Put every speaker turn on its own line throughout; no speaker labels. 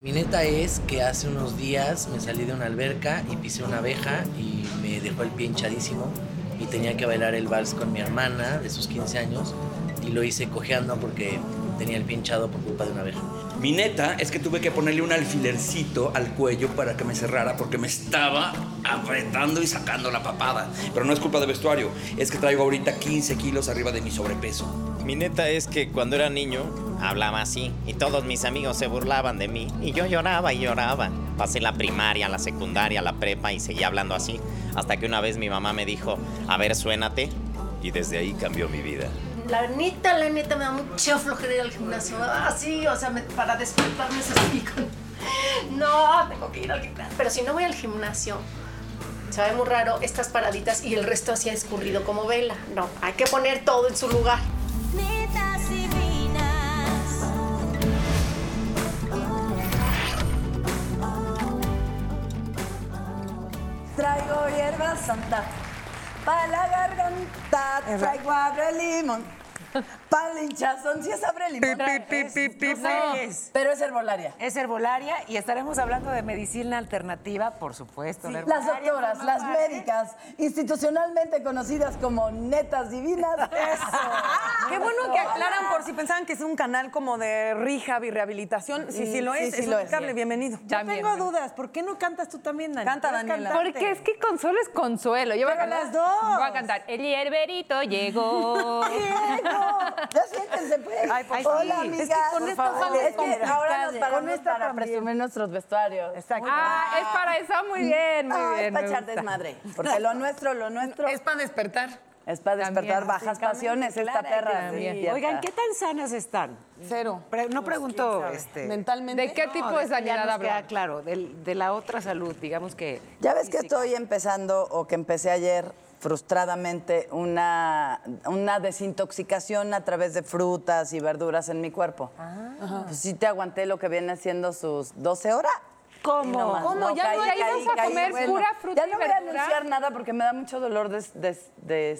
Mi neta es que hace unos días me salí de una alberca y pisé una abeja y me dejó el pie hinchadísimo y tenía que bailar el vals con mi hermana de sus 15 años y lo hice cojeando porque tenía el pie hinchado por culpa de una abeja.
Mi neta es que tuve que ponerle un alfilercito al cuello para que me cerrara porque me estaba apretando y sacando la papada. Pero no es culpa del vestuario, es que traigo ahorita 15 kilos arriba de mi sobrepeso.
Mi neta es que cuando era niño hablaba así y todos mis amigos se burlaban de mí y yo lloraba y lloraba. Pasé la primaria, la secundaria, la prepa y seguía hablando así hasta que una vez mi mamá me dijo, a ver, suénate. Y desde ahí cambió mi vida.
La neta, la neta, me da mucha flojera ir al gimnasio. Ah, sí, o sea, me- para despertarme es así con- No, tengo que ir al gimnasio. Pero si no voy al gimnasio, se ve muy raro estas paraditas y el resto así escurrido como vela. No, hay que poner todo en su lugar.
Netas divinas.
Traigo hierba santa para la garganta. Traigo abre limón. Para el hinchazón, sí es abre limón.
Es- no sé qué es.
Pero es herbolaria.
Es herbolaria y estaremos hablando de medicina alternativa, por supuesto. la
Las
herbolaria
doctoras,
forma
las
parte.
médicas, institucionalmente conocidas como netas divinas. Eso.
Qué bueno que aclaran por si pensaban que es un canal como de rehab y rehabilitación. Sí, sí lo
Sí,
es,
sí
es
lo es.
impecable, bienvenido.
Ya Yo tengo bien.
dudas, ¿por qué no cantas tú también, Dani?
Canta, Daniela. Porque es que Consuelo es Consuelo. Yo voy a
Pero
cantar.
las dos.
Voy a cantar. El hierberito llegó.
Ya siéntense, pues.
Ay, por favor.
Hola,
Es que
amigas.
con
Por
esto
favor.
somos
Es que ahora nos
complicadas.
paramos
Con esta
para
también.
presumir nuestros vestuarios.
Exacto.
ah, es para eso. Muy bien, muy
Ah,
bien.
es para
me
echar
gusta.
desmadre. Porque lo nuestro, lo nuestro.
Es para despertar.
Es para
También,
despertar bajas
básicamente,
pasiones esta
claro, hay que
perra.
también.
despierta.
Oigan, ¿qué tan sanas están?
Cero.
Pre- no pregunto este,
Mentalmente.
¿De qué tipo de
ya
sanidad
nos
habla?
queda claro, del- de la otra salud, digamos que.
Ya ves que estoy empezando o que empecé ayer frustradamente una, una desintoxicación a través de frutas y verduras en mi cuerpo.
Ah.
Pues sí te aguanté lo que viene haciendo sus 12 horas.
¿Cómo?
No más,
¿Cómo?
no,
Ya no, ya ibas a comer pura fruta
Ya
y
no voy a
verdura.
anunciar nada porque me da mucho dolor de...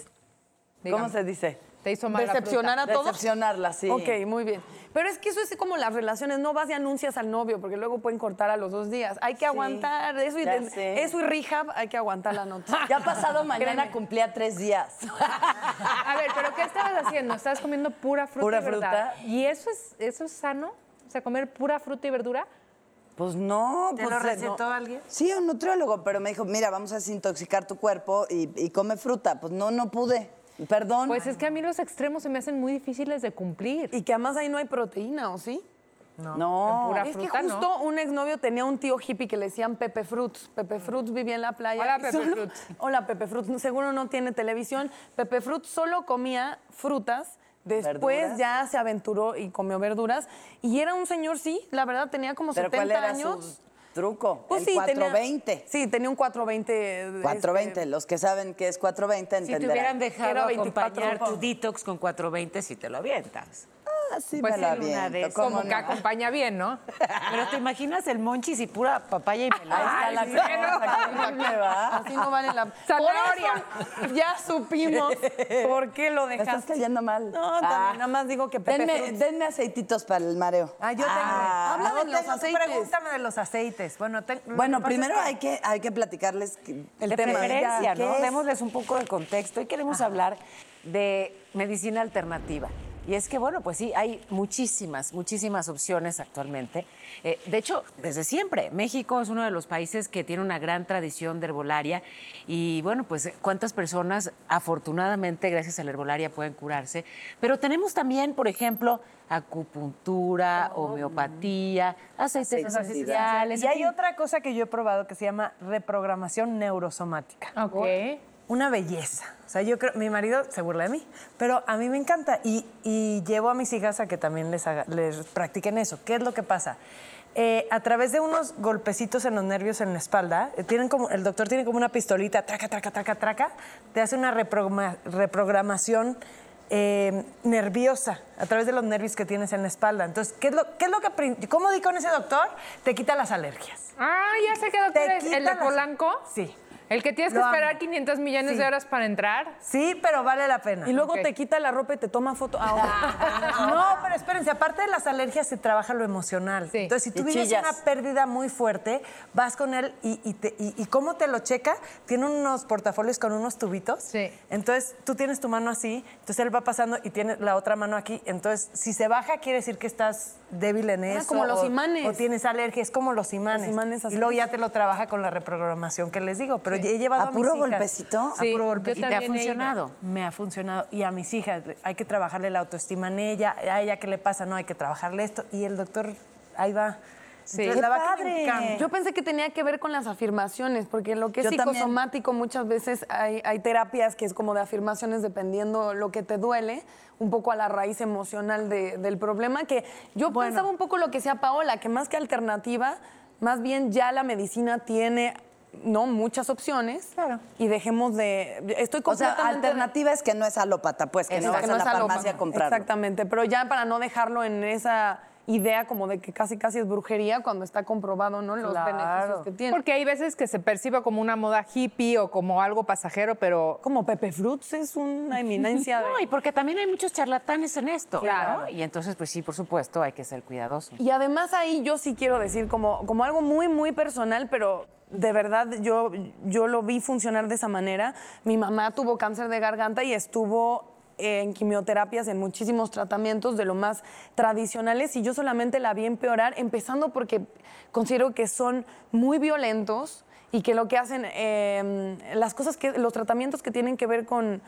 Dígame.
¿Cómo se dice?
Te hizo mal la fruta.
Decepcionar a todos.
Decepcionarla, sí.
Ok, muy bien. Pero es que eso es como las relaciones, no vas y anuncias al novio, porque luego pueden cortar a los dos días. Hay que aguantar eso y,
ya
des-
sé.
eso y rehab, hay que aguantar la nota.
Ya pasado mañana
Créeme.
cumplía tres días.
A ver, ¿pero qué estabas haciendo? Estabas comiendo pura fruta
Pura
y verdura.
fruta.
¿Y eso es, eso es sano? O sea, comer pura fruta y verdura.
Pues no,
¿Te
pues
lo
eh, no.
recetó alguien?
Sí, un nutriólogo, pero me dijo, mira, vamos a desintoxicar tu cuerpo y, y come fruta. Pues no, no pude. Perdón.
Pues es que a mí los extremos se me hacen muy difíciles de cumplir.
Y que además ahí no hay proteína, ¿o sí?
no.
pura
es
fruta,
que
¿no?
justo un exnovio tenía un tío hippie que le decían Pepe Fruits. Pepe Fruits vivía en la playa.
Hola,
y
Pepe Fruits.
Hola, Pepe Fruits. Seguro no tiene televisión. Pepe Fruits solo comía frutas. Después
¿Verduras?
ya se aventuró y comió verduras. Y era un señor, sí, la verdad, tenía como
¿Pero
70
cuál era
años.
su truco?
Pues
El
sí, tenía-
420.
sí, tenía un este, 420.
420, los que saben que es 420
Si te
entenderán.
hubieran dejado
Era 24
acompañar tu
pulpo.
detox con 420, si te lo avientas.
Ah, sí,
Pues
me
sí, una
la aviento,
de esas.
¿cómo
Como
no?
que acompaña bien, ¿no?
Pero te imaginas el monchis y pura papaya y
Ahí
melón.
está la
Ay,
cosa,
bueno.
¿qué me va?
Así no vale la
Zanahoria.
Por eso ya supimos por qué lo
Me estás
dejaste.
cayendo mal.
No, también,
Ah.
nada más digo que Pepe
Denme,
Fruits.
denme aceititos para el mareo.
Ah, yo tengo. Habla de los aceites.
Pregúntame de los aceites. Bueno, te- lo
Bueno,
que pasa
primero
es que-
hay que, hay que platicarles que-
El de
tema. ¿eh?
preferencia,
¿Qué
¿no?
es?
Démosles un poco de contexto. Hoy queremos hablar de medicina alternativa. Y es que, bueno, pues sí, hay muchísimas, muchísimas opciones actualmente. Eh, de hecho, desde siempre, México es uno de los países que tiene una gran tradición de herbolaria. Y bueno, pues cuántas personas, afortunadamente, gracias a la herbolaria, pueden curarse. Pero tenemos también, por ejemplo, acupuntura, homeopatía, aceites
Aceites
esenciales.
Y
en
hay
fin.
otra cosa que yo he probado que se llama reprogramación neurosomática.
Ok.
Una belleza. O sea, yo creo, mi marido se burla de mí, pero a mí me encanta. Y, y llevo a mis hijas a que también les, haga- les practiquen eso. ¿Qué es lo que pasa? Eh, a través de unos golpecitos en los nervios en la espalda, eh, tienen como, el doctor tiene como una pistolita, traca, traca, traca, traca, te hace una reprograma- reprogramación eh, nerviosa a través de los nervios que tienes en la espalda. Entonces, ¿qué es lo, qué es lo que... prin- ¿Cómo di con ese doctor? Te quita las alergias.
Ah, ya sé que doctor
Te
es el de
quitan las-
Polanco.
Sí.
El que tienes que
Lo
esperar
amo.
500 millones
Sí.
de horas para entrar.
Sí, pero vale la pena. Y luego
Ok.
te quita la ropa y te toma foto. Ah, ok. no, pero espérense, aparte de las alergias se trabaja lo emocional. Entonces, si tú
Y
vives
chillas.
una pérdida muy fuerte, vas con él y, y te- y- y cómo te lo checa, tiene unos portafolios con unos tubitos. Sí. Entonces, tú tienes tu mano así, entonces él va pasando y tiene la otra mano aquí. Entonces, si se baja, quiere decir que estás débil en
Ah,
eso.
como los
o-
imanes.
O tienes alergia, es como los imanes.
imanes
y
hacen
luego ya
eso.
te lo trabaja con la reprogramación que les digo. Pero he llevado
¿A
mis
puro
hijas-
golpecito?
A
Sí,
puro
yo
golpecito. Y te ha
también he ido.
funcionado me ha funcionado. Y a mis hijas, hay que trabajarle la autoestima en ella, a ella qué le pasa, no, hay que trabajarle esto. Y el doctor, ahí va. Entonces,
¡Qué
la vaca le
padre!
encanta.
Yo pensé que tenía que ver con las afirmaciones, porque en lo que es
Yo también.
psicosomático muchas veces hay, hay terapias que es como de afirmaciones dependiendo lo que te duele, un poco a la raíz emocional de- del problema, que yo pensaba un poco lo que decía Paola, que más que alternativa, más bien ya la medicina tiene... No, muchas opciones. Claro. Y dejemos de. Estoy
O sea,
completamente.
alternativa es que no es alópata, pues, que no vas
Exacto,
a la
es algo
farmacia a
más-
comprarlo.
Exactamente, pero ya para no dejarlo en esa idea como de que casi casi es brujería cuando está comprobado, ¿no? Los beneficios que tiene.
Porque hay veces que se percibe como una moda hippie o como algo pasajero, pero.
Como Pepe Fruits es una eminencia.
No, y porque también hay muchos charlatanes en esto.
Claro.
¿no? Y entonces, pues sí, por supuesto, hay que ser cuidadosos.
Y además ahí yo sí quiero decir como, como algo muy, muy personal, pero de verdad yo, yo lo vi funcionar de esa manera. Mi mamá tuvo cáncer de garganta y estuvo en quimioterapias, en muchísimos tratamientos de lo más tradicionales y yo solamente la vi empeorar, empezando porque considero que son muy violentos y que lo que hacen, eh, las cosas que, los tratamientos que tienen que ver con,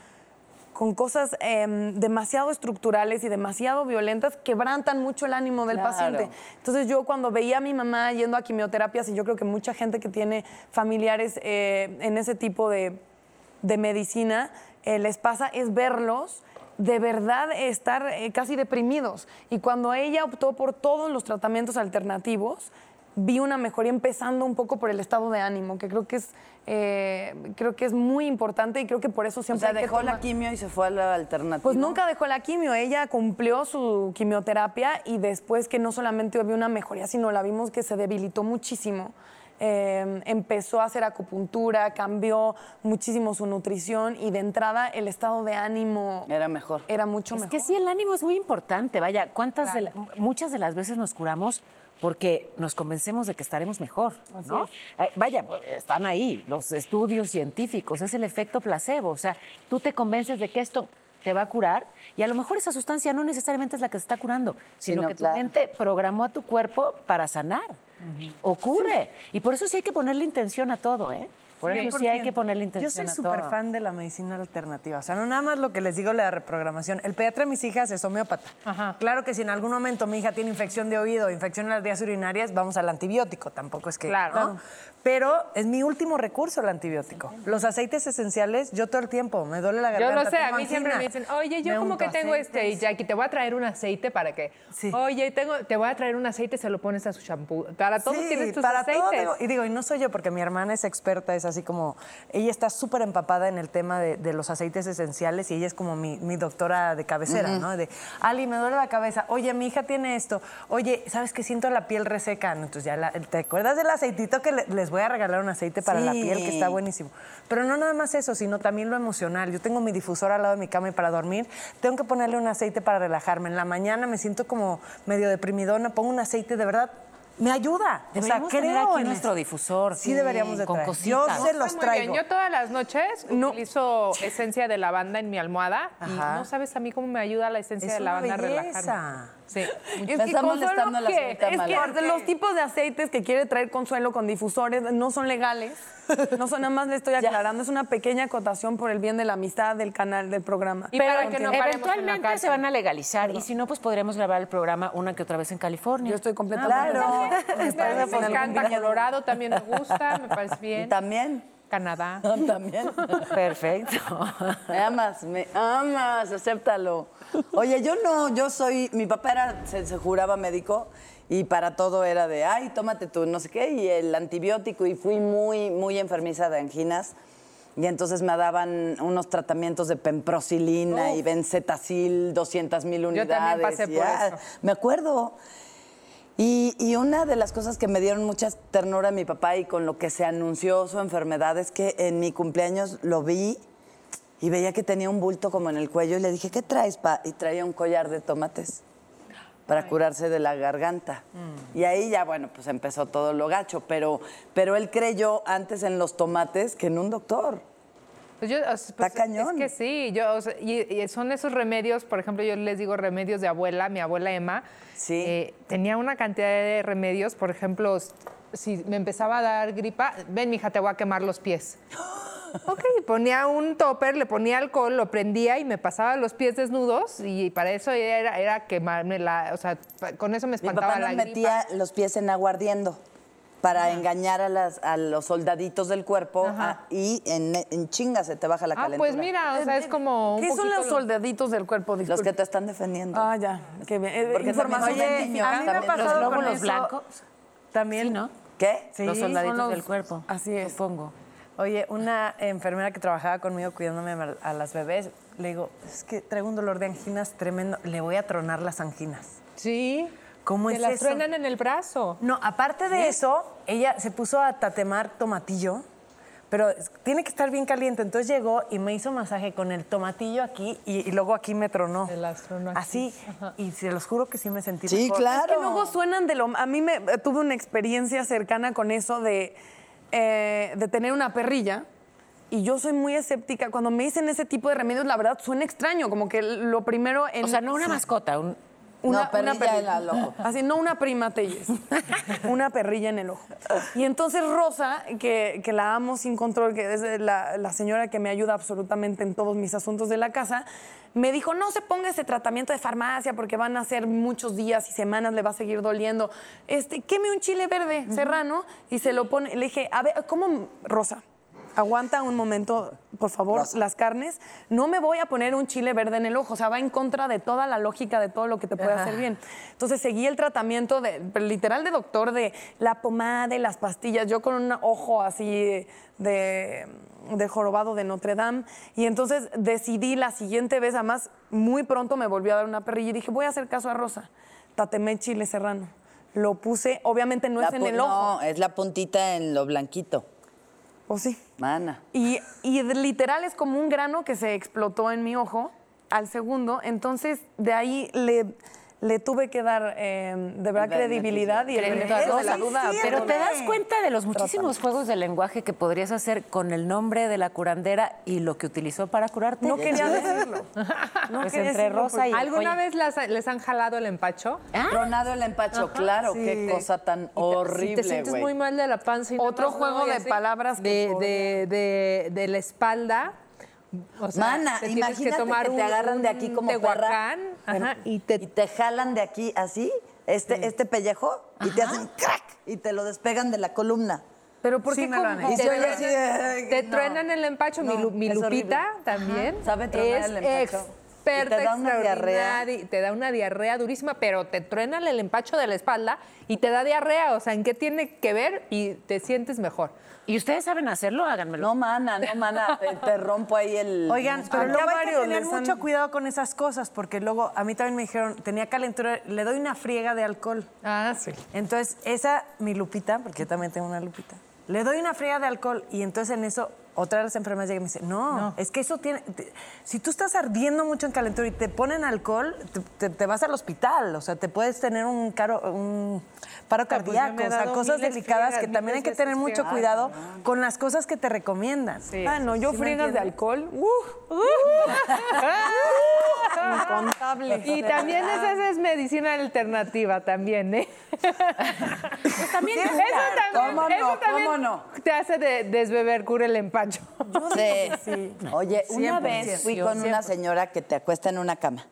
con cosas em, demasiado estructurales y demasiado violentas quebrantan mucho el ánimo del
Claro.
paciente. Entonces yo cuando veía a mi mamá yendo a quimioterapias y yo creo que mucha gente que tiene familiares eh, en ese tipo de, de medicina eh, les pasa es verlos de verdad estar eh, casi deprimidos. Y cuando ella optó por todos los tratamientos alternativos, vi una mejoría empezando un poco por el estado de ánimo, que creo que es, eh, creo que es muy importante y creo que por eso
O
siempre
sea,
hay que
dejó la
tomar-
quimio y se fue a la alternativa.
pues nunca dejó la quimio, ella cumplió su quimioterapia y después que no solamente hubo una mejoría, sino la vimos que se debilitó muchísimo. Eh, empezó a hacer acupuntura, cambió muchísimo su nutrición y de entrada el estado de ánimo
Era mejor.
era mucho
Es
mejor.
que sí, el ánimo es muy importante. Vaya, ¿cuántas de la- muchas de las veces nos curamos porque nos convencemos de que estaremos mejor, ¿no? Eh, Vaya, pues, están ahí los estudios científicos, es el efecto placebo, o sea, tú te convences de que esto te va a curar y a lo mejor esa sustancia no necesariamente es la que se está curando, sino
no,
que
claro.
tu mente programó a tu cuerpo para sanar. Ocurre. Y por eso sí hay que ponerle intención a todo, ¿eh? Por eso sí hay que ponerle intención
Yo soy
a todo.
súper fan de la medicina alternativa. O sea, no nada más lo que les digo la reprogramación. El pediatra de mis hijas es homeópata. Claro que si en algún momento mi hija tiene infección de oído, infección en las vías urinarias, vamos al antibiótico. Tampoco es que.
Claro.
¿no? Pero es mi último recurso el antibiótico. Los aceites esenciales, yo todo el tiempo me duele la
Yo
garganta.
lo sé, a
tengo
mí siempre me
angina.
dicen, oye, yo
Me
como que
unto
tengo este, y
aceites.
Jackie, te voy a traer un aceite para que.
Sí.
Oye, tengo, te voy a traer un aceite, se lo pones a su shampoo. Para todo
Sí,
tienes tus
para
aceites.
todo tengo- y digo, y no soy yo, porque mi hermana es experta, es así como, ella está súper empapada en el tema de, de los aceites esenciales y ella es como mi, mi doctora de cabecera, ¿no? De, Ali, me duele la cabeza, oye, mi hija tiene esto, oye, ¿sabes que siento la piel reseca? No, entonces ya, la- ¿te acuerdas del aceitito que le- les voy a regalar un aceite para la piel que está
Sí.
bueno? buenísimo. Pero no nada más eso, sino también lo emocional. Yo tengo mi difusor al lado de mi cama y para dormir tengo que ponerle un aceite para relajarme. En la mañana me siento como medio deprimidona, pongo un aceite de verdad. Me ayuda.
Deberíamos
o sea,
tener
creo
aquí
en
nuestro
eso.
difusor,
Sí, deberíamos de
con
traer.
cositas.
Yo
No
se
está
los
Muy bien,
traigo.
Yo todas las noches utilizo esencia de lavanda en mi almohada y
Ajá.
no sabes a mí cómo me ayuda la esencia
Es
de
una
lavanda a relajarme.
belleza.
Sí.
Es que
Estás
Consuelo,
molestando a la
¿qué?
señorita
Es que
Mala.
de los tipos de aceites que quiere traer Consuelo con difusores no son legales. No son, nada más le estoy aclarando. Es una pequeña acotación por el bien de la amistad del canal, del programa.
Y para que no paremos
entiendo.
en la
Eventualmente se
cárcel.
van a legalizar y si no, pues podríamos grabar el programa una que otra vez en California.
Yo estoy completamente...
Claro.
Me, me encanta Colorado, también me gusta, me parece bien.
También.
Canadá.
También.
Perfecto.
Me amas, me amas, acéptalo. Oye, yo no, yo soy, mi papá era, se, se juraba médico y para todo era de, ay, tómate tú, no sé qué, y el antibiótico, y fui muy, muy enfermiza de anginas. Y entonces me daban unos tratamientos de pemprosilina y benzetacil, 200 mil unidades.
también pasé
y,
por
ah,
eso.
Me acuerdo. Y, y una de las cosas que me dieron mucha ternura a mi papá y con lo que se anunció su enfermedad es que en mi cumpleaños lo vi y veía que tenía un bulto como en el cuello y le dije, ¿qué traes, pa? Y traía un collar de tomates para curarse de la garganta.
Mm.
Y ahí ya, bueno, pues empezó todo lo gacho, pero, pero él creyó antes en los tomates que en un doctor.
Pues yo, o sea, pues, Es que sí, yo, o sea, y, y son esos remedios, por ejemplo, yo les digo remedios de abuela, mi abuela Emma eh, tenía una cantidad de remedios, por ejemplo, s- si me empezaba a dar gripa, ven, mija, te voy a quemar los pies. Ok, ponía un topper, le ponía alcohol, lo prendía y me pasaba los pies desnudos y para eso era, era quemarme la, o sea, pa- con eso me
Mi
espantaba
papá
la
nos
gripa.
metía los pies en agua ardiendo para engañar a, las, a los soldaditos del cuerpo ah, y en, en chinga se te baja la
Ah,
calentura.
pues mira, o sea, es como un
¿Qué son
poquito
los
lo-
soldaditos del cuerpo? Los que te están defendiendo.
Ah, ya. Qué bien. Eh,
Porque
información
también
de
son
niños.
niños,
A mí me ha
también.
pasado
Los
con
glóbulos
eso.
blancos.
También, ¿no?
¿Qué?
Sí,
Los
son
soldaditos
los-
del cuerpo.
Así es. Supongo. Oye, una enfermera que trabajaba conmigo cuidándome a- a las bebés, le digo, es que traigo un dolor de anginas tremendo, le voy a tronar las anginas.
Sí.
¿Cómo
Te
es
las
eso?
truenan en el brazo.
No, aparte de eso, ella se puso a tatemar tomatillo, pero es- tiene que estar bien caliente. Entonces llegó y me hizo masaje con el tomatillo aquí y, y luego aquí me tronó. Así, y se los juro que sí me sentí
Sí,
mejor.
claro.
Es que luego
suenan de lo. A mí me eh, tuve una experiencia cercana con eso de, eh, de tener una perrilla. Y yo soy muy escéptica. Cuando me dicen ese tipo de remedios, la verdad suena extraño. Como que lo primero en.
O sea, no una mascota, un.
Una,
No, perrilla
una perrilla.
en la loco.
Así, no una prima Telles. una perrilla en el ojo. Y entonces Rosa, que, que la amo sin control, que es la, la señora que me ayuda absolutamente en todos mis asuntos de la casa, me dijo, no se ponga ese tratamiento de farmacia porque van a ser muchos días y semanas, le va a seguir doliendo. Este, queme un chile verde serrano y se lo pone. Le dije, a ver, ¿cómo, Rosa? Aguanta un momento, por favor, las carnes. No me voy a poner un chile verde en el ojo. O sea, va en contra de toda la lógica de todo lo que te puede
Ajá.
hacer bien. Entonces seguí el tratamiento de, pero literal de doctor de la pomada y las pastillas. Yo con un ojo así de, de jorobado de Notre Dame. Y entonces decidí la siguiente vez, además, muy pronto me volvió a dar una perrilla y dije, voy a hacer caso a Rosa. Tatemé chile serrano. Lo puse, obviamente no
La
es en
pu-
el ojo.
No, es la puntita en lo blanquito.
¿O sí?
Mana.
Y, y de- literal es como un grano que se explotó en mi ojo al segundo. Entonces, de ahí le, le tuve que dar eh, de verdad credibilidad y el
Crédito a
beneficio de la
Rosa.
duda.
Pero te das cuenta de los muchísimos juegos de lenguaje que podrías hacer con el nombre de la curandera y lo que utilizó para curarte.
No quería decirlo.
No Pues quería entre decirlo Rosa y- porque-
¿Alguna
oye.
vez las- les han jalado el empacho?
¿Ah?
Tronado el empacho,
Ah. Ajá.
claro,
Sí.
qué cosa tan
Si
horrible,
te
güey.
sientes muy mal de la panza y nada
Otro
más
juego
no, y
de
así,
palabras que
de,
podría-
de, de, de la espalda. O sea,
Mana,
te tienes
imagínate que,
tomar
te
un-
agarran de aquí
un
como
tehuacán,
perra
ajá, y,
te... jalan de aquí así, este, este pellejo, y te hacen crack y te lo despegan de la columna.
Pero ¿por
Sí
qué
me lo
con-
han
Y
hecho.
soy así de-
Te
no.
truenan el empacho, mi,
No,
Lu- mi
es
Lupita
horrible.
también.
Ajá. Sabe tronar
es
el
Experta,
empacho. Y te da una
extraordinaria, Te da una diarrea durísima, pero te truenan el empacho de la espalda y te da diarrea. O sea, ¿en qué tiene que ver? Y te sientes mejor.
¿Y ustedes saben hacerlo? Háganmelo.
No, mana, no, mana, te, te rompo ahí el... Ah,
Oigan, pero
Ah,
Acá
luego hay que
varios
tener
les han-
mucho cuidado con esas cosas, porque luego a mí también me dijeron, tenía calentura, le doy una friega de alcohol.
Ah, sí.
Entonces, esa, mi lupita, porque yo también tengo una lupita, le doy una friega de alcohol y entonces en eso otra de las enfermeras llega y me dice, no, es que eso tiene, te- si tú estás ardiendo mucho en calentura y te ponen alcohol, te, te- te vas al hospital, o sea, te puedes tener un, caro, un paro
pues yo
cardíaco,
me he
o sea,
dado
cosas
miles
delicadas
friegas,
que también hay
miles
que tener
veces
mucho
friegas.
cuidado con las cosas que te recomiendan.
Ah, no, yo
¿Sí me
friegas de
entiendes?
alcohol. ¡uh! Incontable.
Y también esa esa es medicina alternativa también, ¿eh?
Pues
también
eso también,
¿Cómo
eso
no?
también
¿Cómo no?
te hace de- desbeber, cura el empacho.
Sí. Oye, una
100%.
vez fui con una señora que te acuesta en una cama.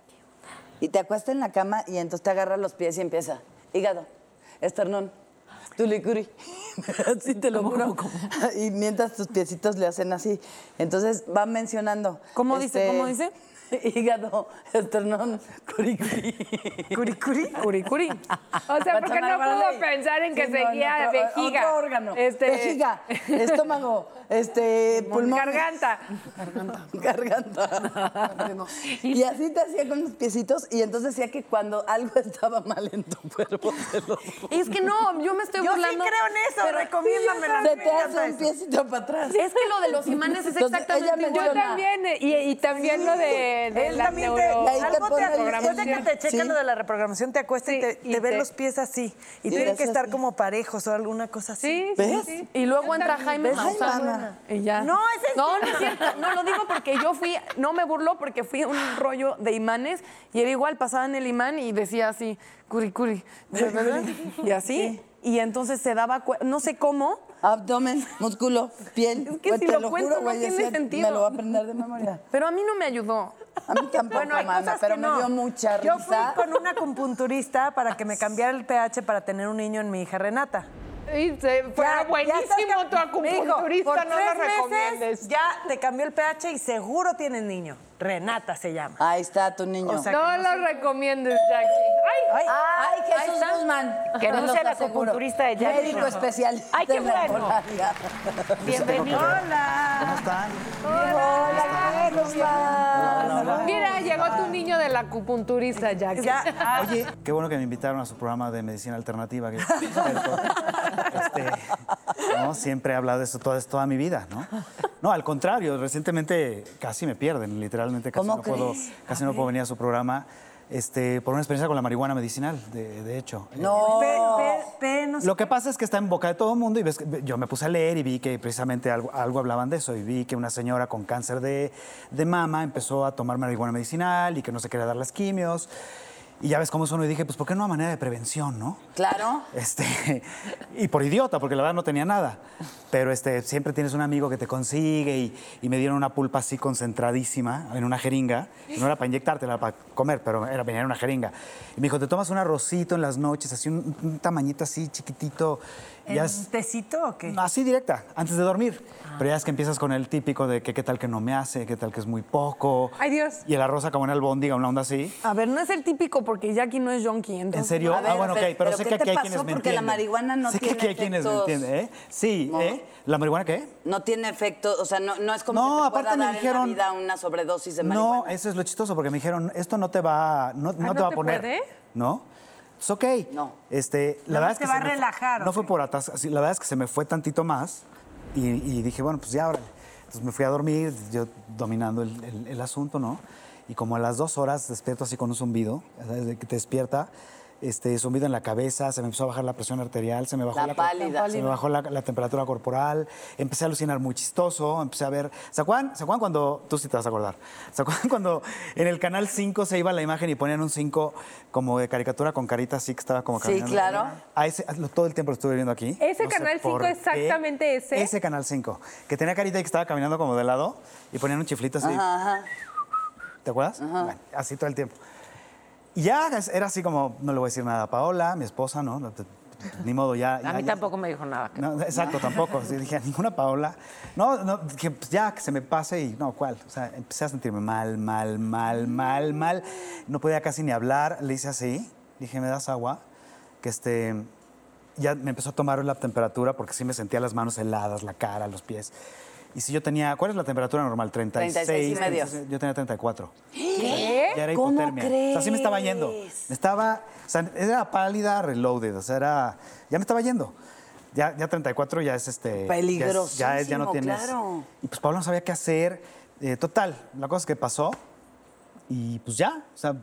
Y te acuesta en la cama y entonces te agarra los pies y empieza. Hígado, esternón, tulicuri. así te lo juro. Y mientras tus piecitos le hacen así. Entonces va mencionando. este,
¿Cómo dice? ¿Cómo dice?
hígado, esternón, curicuri.
Curicuri, curicuri.
O sea, porque no pudo pensar en que seguía vejiga.
Otro órgano.
Este-
Vejiga, estómago, este, pulmón.
Garganta.
Garganta. Y así te hacía con los piecitos y entonces decía que cuando algo estaba mal en tu cuerpo te lo
Es que no, yo me estoy
Yo sí
burlando.
creo en eso,
pero-
recomiéndamelo.
Sí, yo
Se te
también.
hace un piecito para atrás.
Es que lo de los imanes es
Entonces,
exactamente
ella
igual.
Yo también, eh, y, y también lo de, de
Él
la
también te,
neuro-
ahí te
algo
pone
te después de
el-
que
programación.
te checan
Sí.
lo de la reprogramación, te acuesta y
Sí,
te,
y
te ven
te-
los pies así. Y,
Y
tienen que
gracias,
estar
sí.
como parejos o alguna cosa así.
Sí, sí,
¿Ves?
sí.
Y luego entra
también.
Jaime
Ay,
Maussan.
mana.
Y ya.
No, ese es
No, no es
cierto.
cierto. No, lo digo porque yo fui, no me burlo porque fui a un rollo de imanes y era igual, pasaban el imán y decía así, curi curi. Y así. Y entonces se daba cuenta, no sé cómo.
Abdomen, músculo, piel.
Es que
Güey,
si
te
lo cuento, no
güey,
tiene
ese
sentido.
Me lo va a aprender de memoria.
Pero a mí no me ayudó.
A mí tampoco,
Bueno, hay
mana,
cosas
pero
que
me
no.
dio mucha risa.
Yo fui con un acupunturista para que me cambiara el pH para tener un niño en mi hija Renata.
Y se- fuera
Ya- ya estás
buenísimo
cam-
tu
Me dijo,
acupunturista,
por
no
tres
lo
meses
recomiendes.
Ya te cambió el pH y seguro tienes niño. Renata se llama.
Ahí está tu niño.
O sea,
No lo recomiendes, Jackie.
Ay,
Ay,
ahí
Jesús
está.
Guzmán.
Que no
Te lo
sea el
aseguro.
acupunturista de Jackie.
Médico especial.
Ay, qué bueno. Bienvenido.
¿Cómo están?
Hola, Guzmán.
¡Ay! Mira, llegó tu niño del acupunturista, Jackie.
Ya, ah.
Oye, qué bueno que me invitaron a su programa de medicina alternativa. Que yo soy experto. Este, ¿no? Siempre he hablado de eso toda, toda mi vida, ¿no? No, al contrario, recientemente casi me pierden, literalmente casi,
¿Cómo
no puedo,
crees?
casi no puedo venir a su programa. Este, por una experiencia con la marihuana medicinal, de, de hecho.
No.
Pe- pe- pe- no sé
Lo que pasa es que está en boca de todo el mundo y ves que- yo me puse a leer y vi que precisamente algo, algo hablaban de eso y vi que una señora con cáncer de, de mama empezó a tomar marihuana medicinal y que no se quería dar las quimios. Y ya ves cómo es uno y dije, pues ¿por qué no a manera de prevención, no?
Claro.
Este, y por idiota, porque la verdad no tenía nada. Pero este, siempre tienes un amigo que te consigue y, y me dieron una pulpa así concentradísima en una jeringa. No era para inyectártela, era para comer, pero era para una jeringa. Y me dijo, te tomas un arrocito en las noches, así un, un tamañito así chiquitito. y
¿En
haz-
un tecito o qué?
Así directa, antes de dormir. Pero ya es que empiezas con el típico de que qué tal que no me hace, qué tal que es muy poco.
Ay, Dios.
Y el arroz acabó en albóndiga, una onda así.
A ver, no es el típico porque Jackie no es yonki.
¿En
entonces-
serio?
A ver,
ah, bueno,
pero-
ok, pero
pero
sé
¿qué
que aquí
te
hay
pasó?
quienes me
Porque la
entienden.
marihuana no
sé que
tiene
aquí hay quienes me
efectos.
entienden, ¿eh? Sí,
No.
¿eh? ¿La marihuana qué?
No tiene efecto, o sea, no, no es como
No,
que te
aparte
pueda
me
dar
dijeron-
en la vida una sobredosis de marihuana.
No, eso es lo chistoso, porque me dijeron, esto no te va, no, no te va a poner.
¿Ah, puede?
¿No? Es ok.
No.
Este, la
Nada
verdad
más
es que
te va
se
a
me fue-
relajar, ¿o
No fue
qué?
por atasco, sí, la verdad es que se me fue tantito más y, y dije, bueno, pues ya, órale. Entonces me fui a dormir, yo dominando el, el- el asunto, ¿no? Y como a las dos horas despierto así con un zumbido, ¿sabes? De que te despierta, este, zumbido en la cabeza, se me empezó a bajar la presión arterial, se me bajó
La
cor-
pálida.
Se me bajó la, la temperatura corporal, empecé a alucinar muy chistoso, empecé a ver. ¿Se acuerdan, se acuerdan cuando.? Tú sí te vas a acordar. ¿Se acuerdan cuando en el canal 5 se iba la imagen y ponían un 5 como de caricatura con carita así que estaba como
Sí,
caminando?
claro.
A ese, a lo- todo el tiempo lo estuve viendo aquí.
¿Ese
sé
canal
por
5 exactamente ese?
Ese canal 5. Que tenía carita y que estaba caminando como de lado y ponían un chiflito así.
Ajá, ajá.
¿Te acuerdas? Bueno, así todo el tiempo. Y ya era así como, no le voy a decir nada a Paola, mi esposa, ¿no? No te- Ni modo, ya.
A
ya-
mí
ya-
tampoco me dijo nada.
no, exacto, tampoco. Sí, dije, a ninguna Paola. No, no, dije, pues ya, que se me pase y no, ¿cuál? O sea, empecé a sentirme mal, mal, mal, mal, mal. No podía casi ni hablar. Le hice así. Dije, ¿me das agua? Que este. Ya me empezó a tomar la temperatura porque sí me sentía las manos heladas, la cara, los pies. Y si yo tenía, ¿cuál es la temperatura normal? 36.
36 y medio.
36, yo tenía 34.
¿Qué?
Ya era
¿Cómo
hipotermia. O sea, sí me estaba yendo.
crees?
Me estaba. O sea, era pálida, reloaded. O sea, era. Ya me estaba yendo. Ya, ya 34 ya es este. ya es- Ya, es- ya
Peligrosísimo,
no tienes.
claro.
Y pues Pablo no sabía qué hacer. Eh, total, la cosa es que pasó y pues ya. O sea,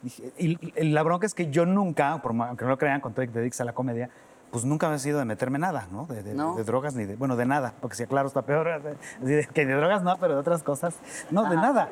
dije- y, y la bronca es que yo nunca, por más- aunque no lo crean, con todo y que te dediques a la comedia, pues nunca me he sido de meterme nada, ¿no? De, de-
No.
de drogas ni de. Bueno, de nada, porque si aclaro está peor. así de que de drogas no, pero de otras cosas. No, de nada.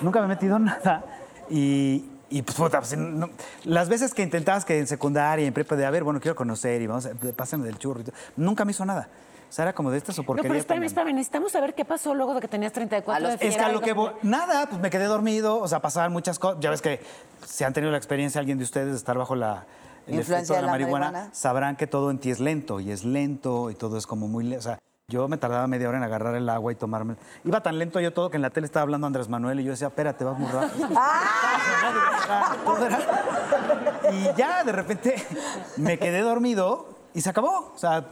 Nunca me he metido en nada. Y. y, pues, puta, pues, no- las veces que intentabas que en secundaria, en prepa, de a ver, bueno, quiero conocer y vamos, a- pásenme del churro, y todo, nunca me hizo nada. O sea, era como de estas o
No,
porquería.
pero espérame,
también.
espérame, necesitamos saber qué pasó luego de que tenías 34
A los-
de
Es que a
fiebre,
lo que
algo
voy- nada, pues me quedé dormido, o sea, pasaban muchas cosas. Ya ves que si han tenido la experiencia alguien de ustedes de estar bajo la el
Influencia
efecto de
de
la,
la
marihuana,
marihuana.
sabrán que todo en ti es lento y es lento y todo es como muy, le- o sea,
Yo me tardaba media hora en agarrar el agua y tomarme. Iba tan lento yo todo que en la tele estaba hablando Andrés Manuel y yo decía, espérate, vas muy rápido.
¡Ah!
Todo era- Y ya, de repente, me quedé dormido y se acabó. O sea,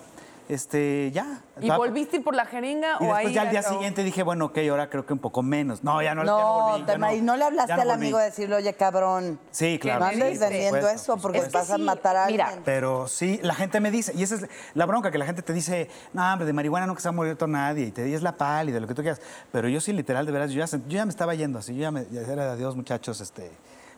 este, ya.
¿Y
Va-
volviste a ir por la jeringa
y
o ahí?
después ya al día
acabó?
siguiente dije, bueno, ok, ahora creo que un poco menos. No, ya no, ya no
No,
volví, ya
te ma- y no le hablaste
ya no
al
volví.
amigo de decirle, oye, cabrón.
Sí, claro.
No
sí,
andes
por
vendiendo
supuesto,
eso
por
porque
supuesto.
vas a matar a alguien.
Pero sí, la gente me dice, y esa es la bronca, que la gente te dice, no, hombre, de marihuana nunca se ha muerto nadie, y te dices la pálida, lo que tú quieras. Pero yo sí, literal, de veras, yo ya, sent- yo ya me estaba yendo así, yo ya, me, ya era de adiós, muchachos, este...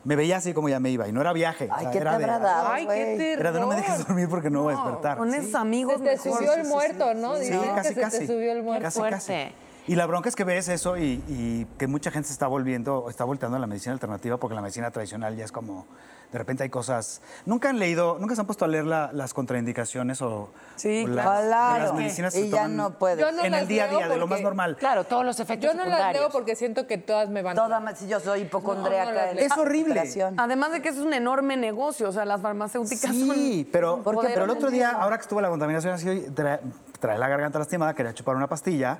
Me veía así como ya me iba, y no era viaje. o
Ay,
sea,
¿qué te
era de,
habrá dado,
Ay, qué
güey?
Era de no me dejes
terror.
dormir porque no voy a despertar.
Con esos amigos
Se te
mejor.
subió el muerto, ¿no?
Sí,
Dicen
casi,
que se
casi.
te subió el muerto.
Casi, casi. Y la bronca es que ves eso y, y que mucha gente se está volviendo, está volteando a la medicina alternativa porque la medicina tradicional ya es como, de repente hay cosas. Nunca han leído, nunca se han puesto a leer la- las contraindicaciones o, o las,
claro.
o las
Claro.
medicinas
Y
que se
ya
toman
no puedes. Yo no
en
las
el día a
leo
día, de lo más
porque-
normal.
Claro, todos los efectos
Yo no las leo porque siento que todas me van.
Todas me- si yo soy hipocondríaca.
No, no las
en
leo.
esta
Es horrible.
operación.
Además de que es un enorme negocio, o sea, las farmacéuticas son...
Sí, pero,
¿Por qué?
pero el otro día, ahora que estuvo la contaminación así, tra- trae, la garganta lastimada, quería chupar una pastilla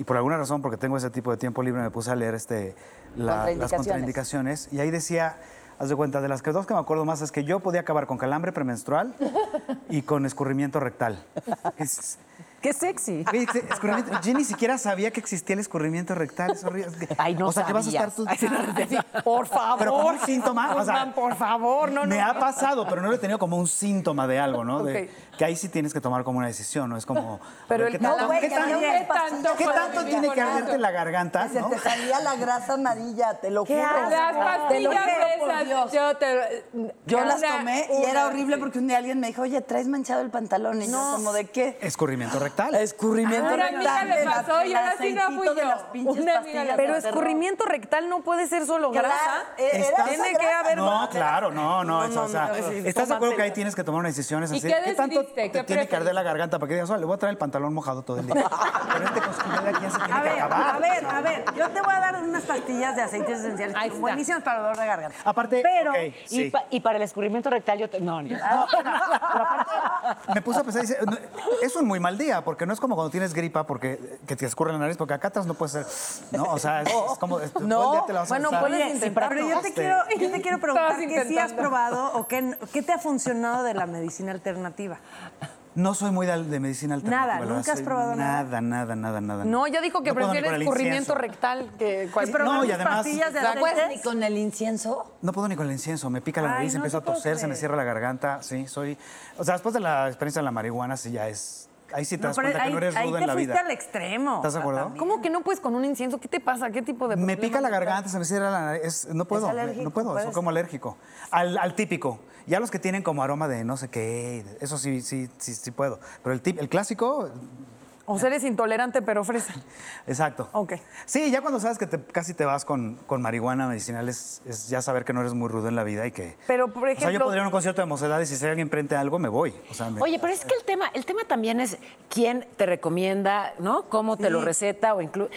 y por alguna razón, porque tengo ese tipo de tiempo libre, me puse a leer este, la- las
Contraindicaciones.
contraindicaciones y ahí decía, haz de cuenta, de las que dos que me acuerdo más es que yo podía acabar con calambre premenstrual y con escurrimiento rectal. Es-
Qué sexy.
Oye, este escurrimiento- yo ni siquiera sabía que existía el escurrimiento rectal. es horrible.
Ay, no
O sea, que vas a estar tú...
sabías. Por favor.
Pero como un síntoma, o sea,
Guzmán, por favor, no, no.
me
no.
ha pasado, pero no lo he tenido como un síntoma de algo, ¿no? De-
Ok.
que ahí sí tienes que tomar como una decisión, ¿no? Es como. a
Pero
ver,
el
¿qué tanto,
calambre
qué
que
tanto-
había
qué tanto,
pastillas para vivir
tiene
con
que
eso?
arderte la garganta?
Que se
¿no?
te salía la grasa amarilla, te lo
¿Qué
juro.
haces?
Las
Te lo
pastillas
juro, por
de esas,
Dios.
yo te.
Yo las
Una-
tomé y
una-
era horrible porque un día alguien me dijo, oye, traes manchado el pantalón. Y yo, como de qué?
Escurrimiento rectal.
Escurrimiento
Ah, una amiga
rectal.
le pasó y ahora sí no fui
aceitito de
yo.
las pinches
Una amiga le
pastillas.
Pero
Pero escurrimiento rectal no puede ser solo
Claro,
grasa.
eh, era
Tiene
esa
que
grasa.
haber...
No, claro, no, no.
No,
eso,
no,
o sea,
no, sí,
¿Estás de acuerdo que
tómatela.
ahí tienes que tomar una decisión? Es
¿Y
así,
qué
tanto
decidiste? ¿Qué
te tiene que arder
preferiste?
la garganta para que digas, "Oh, le voy a traer el pantalón mojado todo el día? Pero este cosquilleo de aquí ya se tiene
A
que
ver,
acabar.
a ver, a ver. Yo te voy a dar unas pastillas de aceites esenciales que son buenísimas para dolor de garganta.
Aparte,
pero
ok, sí.
y, pa- y para el escurrimiento rectal yo te... No, no.
Me puse a pensar, dice, "No, es un muy mal día, porque no es como cuando tienes gripa porque que te escurre la nariz, porque acá atrás no puede ser, ¿no? O sea, es, es como, es- todo el día te la vas a
bueno,
pasar.
puedes
Oye,
intentarlo.
Pero yo te,
Este,
quiero, yo te quiero preguntar
Estabas
qué sí has
intentando.
probado o qué, qué te ha funcionado de la medicina alternativa.
No soy muy de, de medicina alternativa.
Nada,
la verdad,
nunca has
soy
probado nada.
Nada, nada, nada, nada.
No, ya dijo que
No puedo ni
prefiere
con el
escurrimiento
incienso.
rectal que cualquier...
No, y además-
pastillas de
¿No puedes ni
aceites?
con el incienso?
No puedo ni con el incienso, me pica la
Ay,
nariz,
no
empiezo
te
a toser,
puedo
se me
creer.
cierra la garganta, sí, soy... O sea, pues, después de la experiencia de la marihuana, sí, ya es... Ahí sí te
No,
das
pero
cuenta
ahí,
que no eres
ahí
rudo
te
en la
fuiste
vida.
al extremo.
¿Estás de acuerdo?
¿Cómo que no puedes con un incienso? ¿Qué te pasa? ¿Qué tipo de
Me pica la
problema?
garganta, se me cierra la nariz. es- no puedo, me-
alérgico,
no puedo, soy
puede
como alérgico. Al, al típico. Ya los que tienen como aroma de no sé qué, eso sí, sí, sí, sí puedo. Pero el, tip- el clásico,
O sea, eres intolerante, pero ofrece.
exacto.
Ok.
Sí, ya cuando sabes que te- casi te vas con, con marihuana medicinal, es, es ya saber que no eres muy rudo en la vida y que.
Pero, por
o sea, yo
ejemplo...
podría ir a un concierto de mocedades y si alguien prende algo, me voy. O sea, me-
Oye, pero es que el tema, el tema también es quién te recomienda, ¿no? Cómo te lo receta o incluso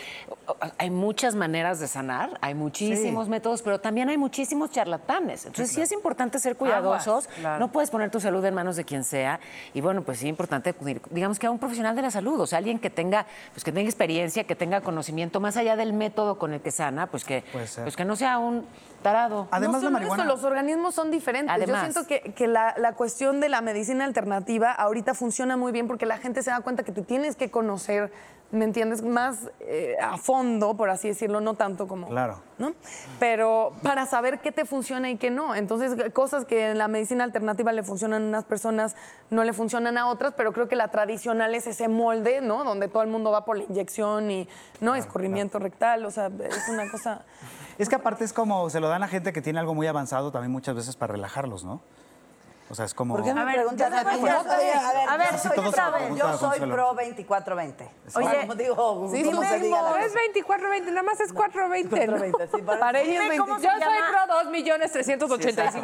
hay muchas maneras de sanar, hay muchísimos métodos, pero también hay muchísimos charlatanes. Entonces sí, es importante ser cuidadosos.
claro.
No puedes poner tu salud en manos de quien sea y bueno, pues sí es importante acudir, digamos que a un profesional de la salud, o sea, alguien que tenga pues que tenga experiencia, que tenga conocimiento más allá del método con el que sana, pues que
Puede ser.
pues que no sea un tarado.
Además, la
no solo
marihuana.
eso, los organismos son diferentes.
Además.
Yo siento que, que la, la cuestión de la medicina alternativa ahorita funciona muy bien porque la gente se da cuenta que te tienes que conocer, ¿me entiendes? Más eh, a fondo, por así decirlo, no tanto como...
Claro.
¿no? Pero para saber qué te funciona y qué no. Entonces, cosas que en la medicina alternativa le funcionan a unas personas, no le funcionan a otras, pero creo que la tradicional es ese molde, ¿no? Donde todo el mundo va por la inyección y, ¿no? Escurrimiento rectal, o sea, es una cosa...
Es que aparte es como se lo dan a gente que tiene algo muy avanzado también muchas veces para relajarlos, ¿no? O sea, es como.
¿Por qué me
ver,
preguntas
yo
a
no
mí?
voy a
Yo soy- a ver,
A ver,
yo
sí,
soy-
todos
otra
se lo
vez,
preguntan
yo
a
soy
Consuelo.
pro 24-20.
Oye,
como digo,
sí,
como
tú
se diga la
mismo,
cosa.
Es 24.20, nada más es 4.20. ¿no?
4.20, sí, para-
Para ellos
Dime cómo
Yo
se
soy
llama.
pro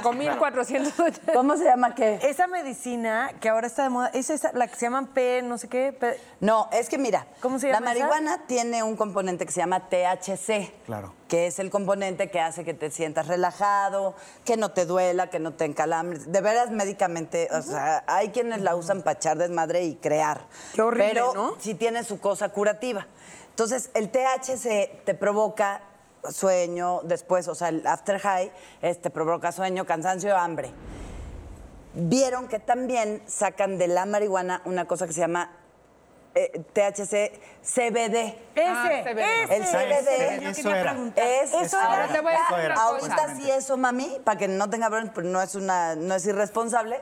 2.385.480.
¿Cómo se llama qué?
Eh,
Esa medicina que ahora está de moda, es esa, la que se llaman P, no sé qué. P-
No, es que mira,
¿Cómo se llama
la
esa?
marihuana tiene un componente que se llama THC.
Claro.
que es el componente que hace que te sientas relajado, que no te duela, que no te encalambres. De veras, médicamente, o sea, hay quienes la usan para echar desmadre y crear.
Qué horrible,
Pero
¿no?
sí tiene su cosa curativa. Entonces, el THC te provoca sueño, después, o sea, el after high es, te provoca sueño, cansancio, hambre. Vieron que también sacan de la marihuana una cosa que se llama eh, THC CBD.
Ah, CBD.
El
ese,
CBD.
ese, yo Eso quería era. preguntar.
Es,
Eso era.
ahora,
Te voy a decir una
ahorita
cosa.
sí eso, mami, para que no tenga bronca, pero no es una, no es irresponsable.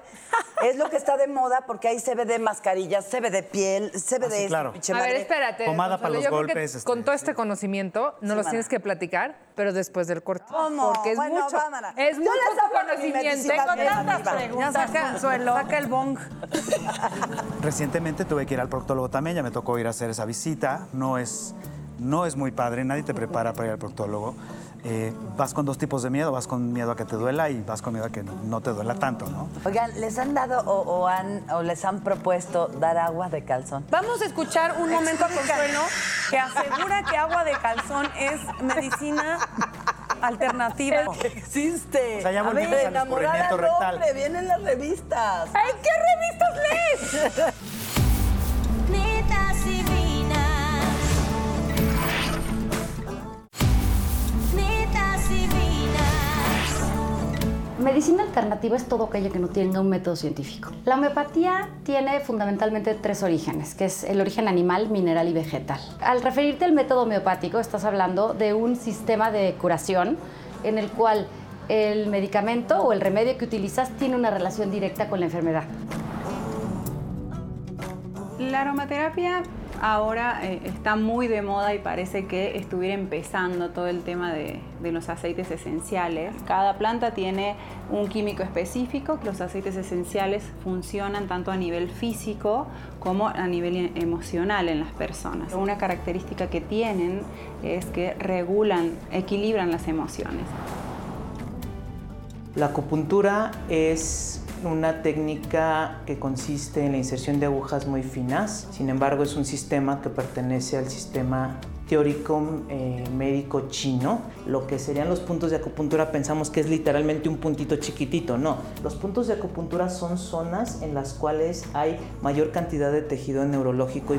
es lo que está de moda porque hay CBD mascarillas, CBD piel, CBD
Ah,
esto, este pinche
a ver,
madre.
espérate. Gonzalo, yo creo que Con todo este conocimiento, no
Sí,
los
mana.
tienes que platicar, pero después del corte.
¿Cómo?
Porque es
Bueno,
mucho.
va, mana.
Es
Yo
mucho
les
tu
hablo de mi
conocimiento.
medicina Tengo griega, tantas
va. preguntas, Consuelo.
Saca el bong.
Recientemente tuve que ir al proctólogo también, ya me tocó ir a hacer esa visita. No es, no es muy padre, nadie te prepara para ir al proctólogo. Eh, vas con dos tipos de miedo, vas con miedo a que te duela y vas con miedo a que no te duela tanto, ¿no?
Oigan, ¿les han dado o, o han, o les han propuesto dar agua de calzón?
Vamos a escuchar un momento a Consuelo que asegura que agua de calzón es medicina alternativa.
Existe.
O sea, ya volvimos al
enamorada
escurrimiento rectal.
doble, vienen las revistas.
¡Ay, qué
revistas lees!
Netas divinas. Netas divinas.
Medicina alternativa es todo aquello que no tenga un método científico. La homeopatía tiene fundamentalmente tres orígenes, que es el origen animal, mineral y vegetal. Al referirte al método homeopático, estás hablando de un sistema de curación en el cual el medicamento o el remedio que utilizas tiene una relación directa con la enfermedad.
La aromaterapia ahora eh, está muy de moda y parece que estuviera empezando todo el tema de, de los aceites esenciales. Cada planta tiene un químico específico, que los aceites esenciales funcionan tanto a nivel físico como a nivel e- emocional en las personas. Una característica que tienen es que regulan, equilibran las emociones.
La acupuntura es una técnica que consiste en la inserción de agujas muy finas, sin embargo es un sistema que pertenece al sistema teórico eh, médico chino. Lo que serían los puntos de acupuntura pensamos que es literalmente un puntito chiquitito, no. Los puntos de acupuntura son zonas en las cuales hay mayor cantidad de tejido neurológico.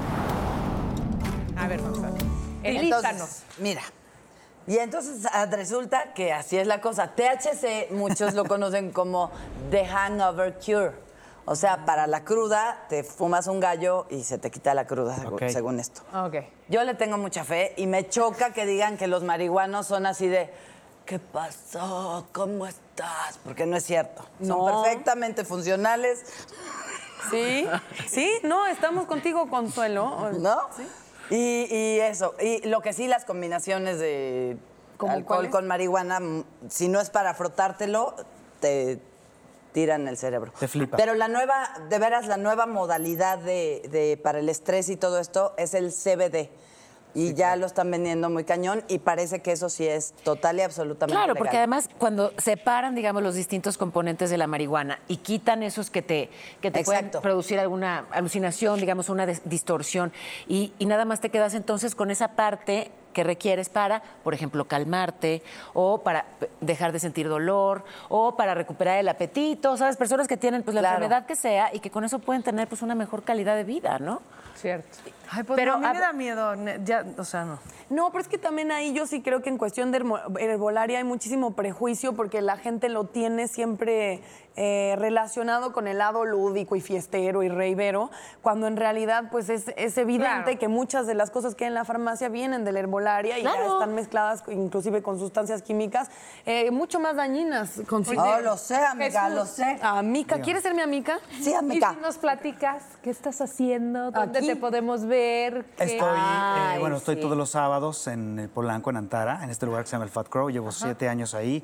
A ver, vamos a ver.
Elízanos.
Mira. Y entonces ah, resulta que así es la cosa. THC, muchos lo conocen como The Hangover Cure. O sea, para la cruda, te fumas un gallo y se te quita la cruda, seg-
Ok.
según esto.
Ok.
Yo le tengo mucha fe y me choca que digan que los marihuanos son así de, ¿qué pasó? ¿Cómo estás? Porque no es cierto. Son perfectamente funcionales.
Sí, sí, no, estamos contigo, Consuelo.
¿No? Y, y eso. Y lo que sí, las combinaciones de
¿Cómo
alcohol
cuáles?
con marihuana, mm, si no es para frotártelo, te tiran el cerebro.
Te flipa.
Pero la nueva, de veras, la nueva modalidad de, de- para el estrés y todo esto es el CBD. Y ya lo están vendiendo muy cañón y parece que eso sí es total y absolutamente
Claro, porque
legal.
además cuando separan, digamos, los distintos componentes de la marihuana y quitan esos que te, que te pueden
Exacto.
producir alguna alucinación, digamos, una des- distorsión, y, y nada más te quedas entonces con esa parte que requieres para, por ejemplo, calmarte o para p- dejar de sentir dolor o para recuperar el apetito, ¿sabes? Personas que tienen pues la
Claro.
enfermedad que sea y que con eso pueden tener pues una mejor calidad de vida, ¿no?
Cierto.
Ay, pues
Pero
no, a mí
a-
me da miedo, ne- ya, o sea, no. No, pero es que también ahí yo sí creo que en cuestión de hermo- herbolaria hay muchísimo prejuicio porque la gente lo tiene siempre eh, relacionado con el lado lúdico y fiestero y reivero, cuando en realidad pues es, es evidente
Claro.
que muchas de las cosas que hay en la farmacia vienen de la herbolaria y ya
Claro.
están mezcladas inclusive con sustancias químicas eh, mucho más dañinas.
Oh, lo sé, amiga,
Jesús,
lo sé.
Amica,
Dígame.
¿quieres ser mi amiga?
Sí, amiga.
¿Y si nos platicas qué estás haciendo?
¿Dónde te podemos ver? ¿Qué-
Estoy, eh, bueno, estoy todos los sábados en el Polanco, en Antara, en este lugar que se llama el Fat Crow. Llevo siete años ahí,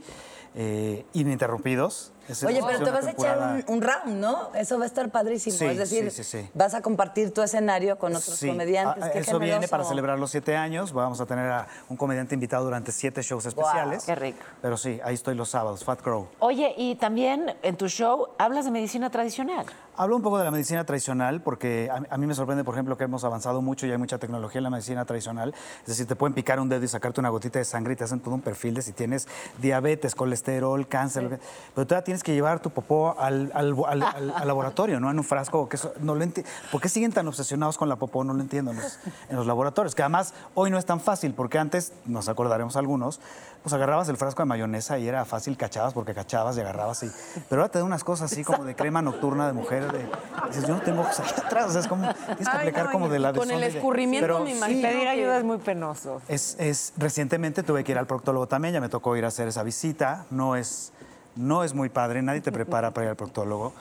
eh, ininterrumpidos. Es-
Oye,
es
pero te
una
vas a echar
temporada-
un, un round, ¿no? Eso va a estar padrísimo.
Sí,
es decir,
sí, sí, sí.
vas a compartir tu escenario con otros
Sí,
comediantes.
a-
Qué
eso viene
generoso.
para celebrar los siete años. Vamos a tener a un comediante invitado durante siete shows especiales.
qué rico.
Pero sí, ahí estoy los sábados, Fat Crow.
Oye, y también en tu show hablas de medicina tradicional. Hablo un poco de la medicina tradicional porque a, a mí me sorprende, por ejemplo, que hemos avanzado mucho y hay mucha tecnología en la medicina tradicional. Es decir, te pueden picar un dedo y sacarte una gotita de sangre y te hacen todo un perfil de si tienes diabetes, colesterol, cáncer. lo que- Pero todavía tienes que llevar tu popó al, al- al- al- al laboratorio, ¿no? En un frasco. Que eso- no lo enti- ¿Por qué siguen tan obsesionados con la popó? No lo entiendo. en los- en los laboratorios. Que además hoy no es tan fácil porque antes, nos acordaremos algunos, pues agarrabas el frasco de mayonesa y era fácil, cachabas porque cachabas y agarrabas y... Pero ahora te dan unas cosas así como de crema nocturna de mujer. De, dices, yo no tengo ojos aquí atrás. O sea, es como, tienes que
Ay,
aplicar
no,
como
y
de la de
Con el
Sony de-
escurrimiento,
pero
me
sí,
imagino. Pedir ayuda es muy penoso.
es, es- recientemente tuve que ir al proctólogo también, ya me tocó ir a hacer esa visita. No es, no es muy padre, nadie te prepara para ir al proctólogo.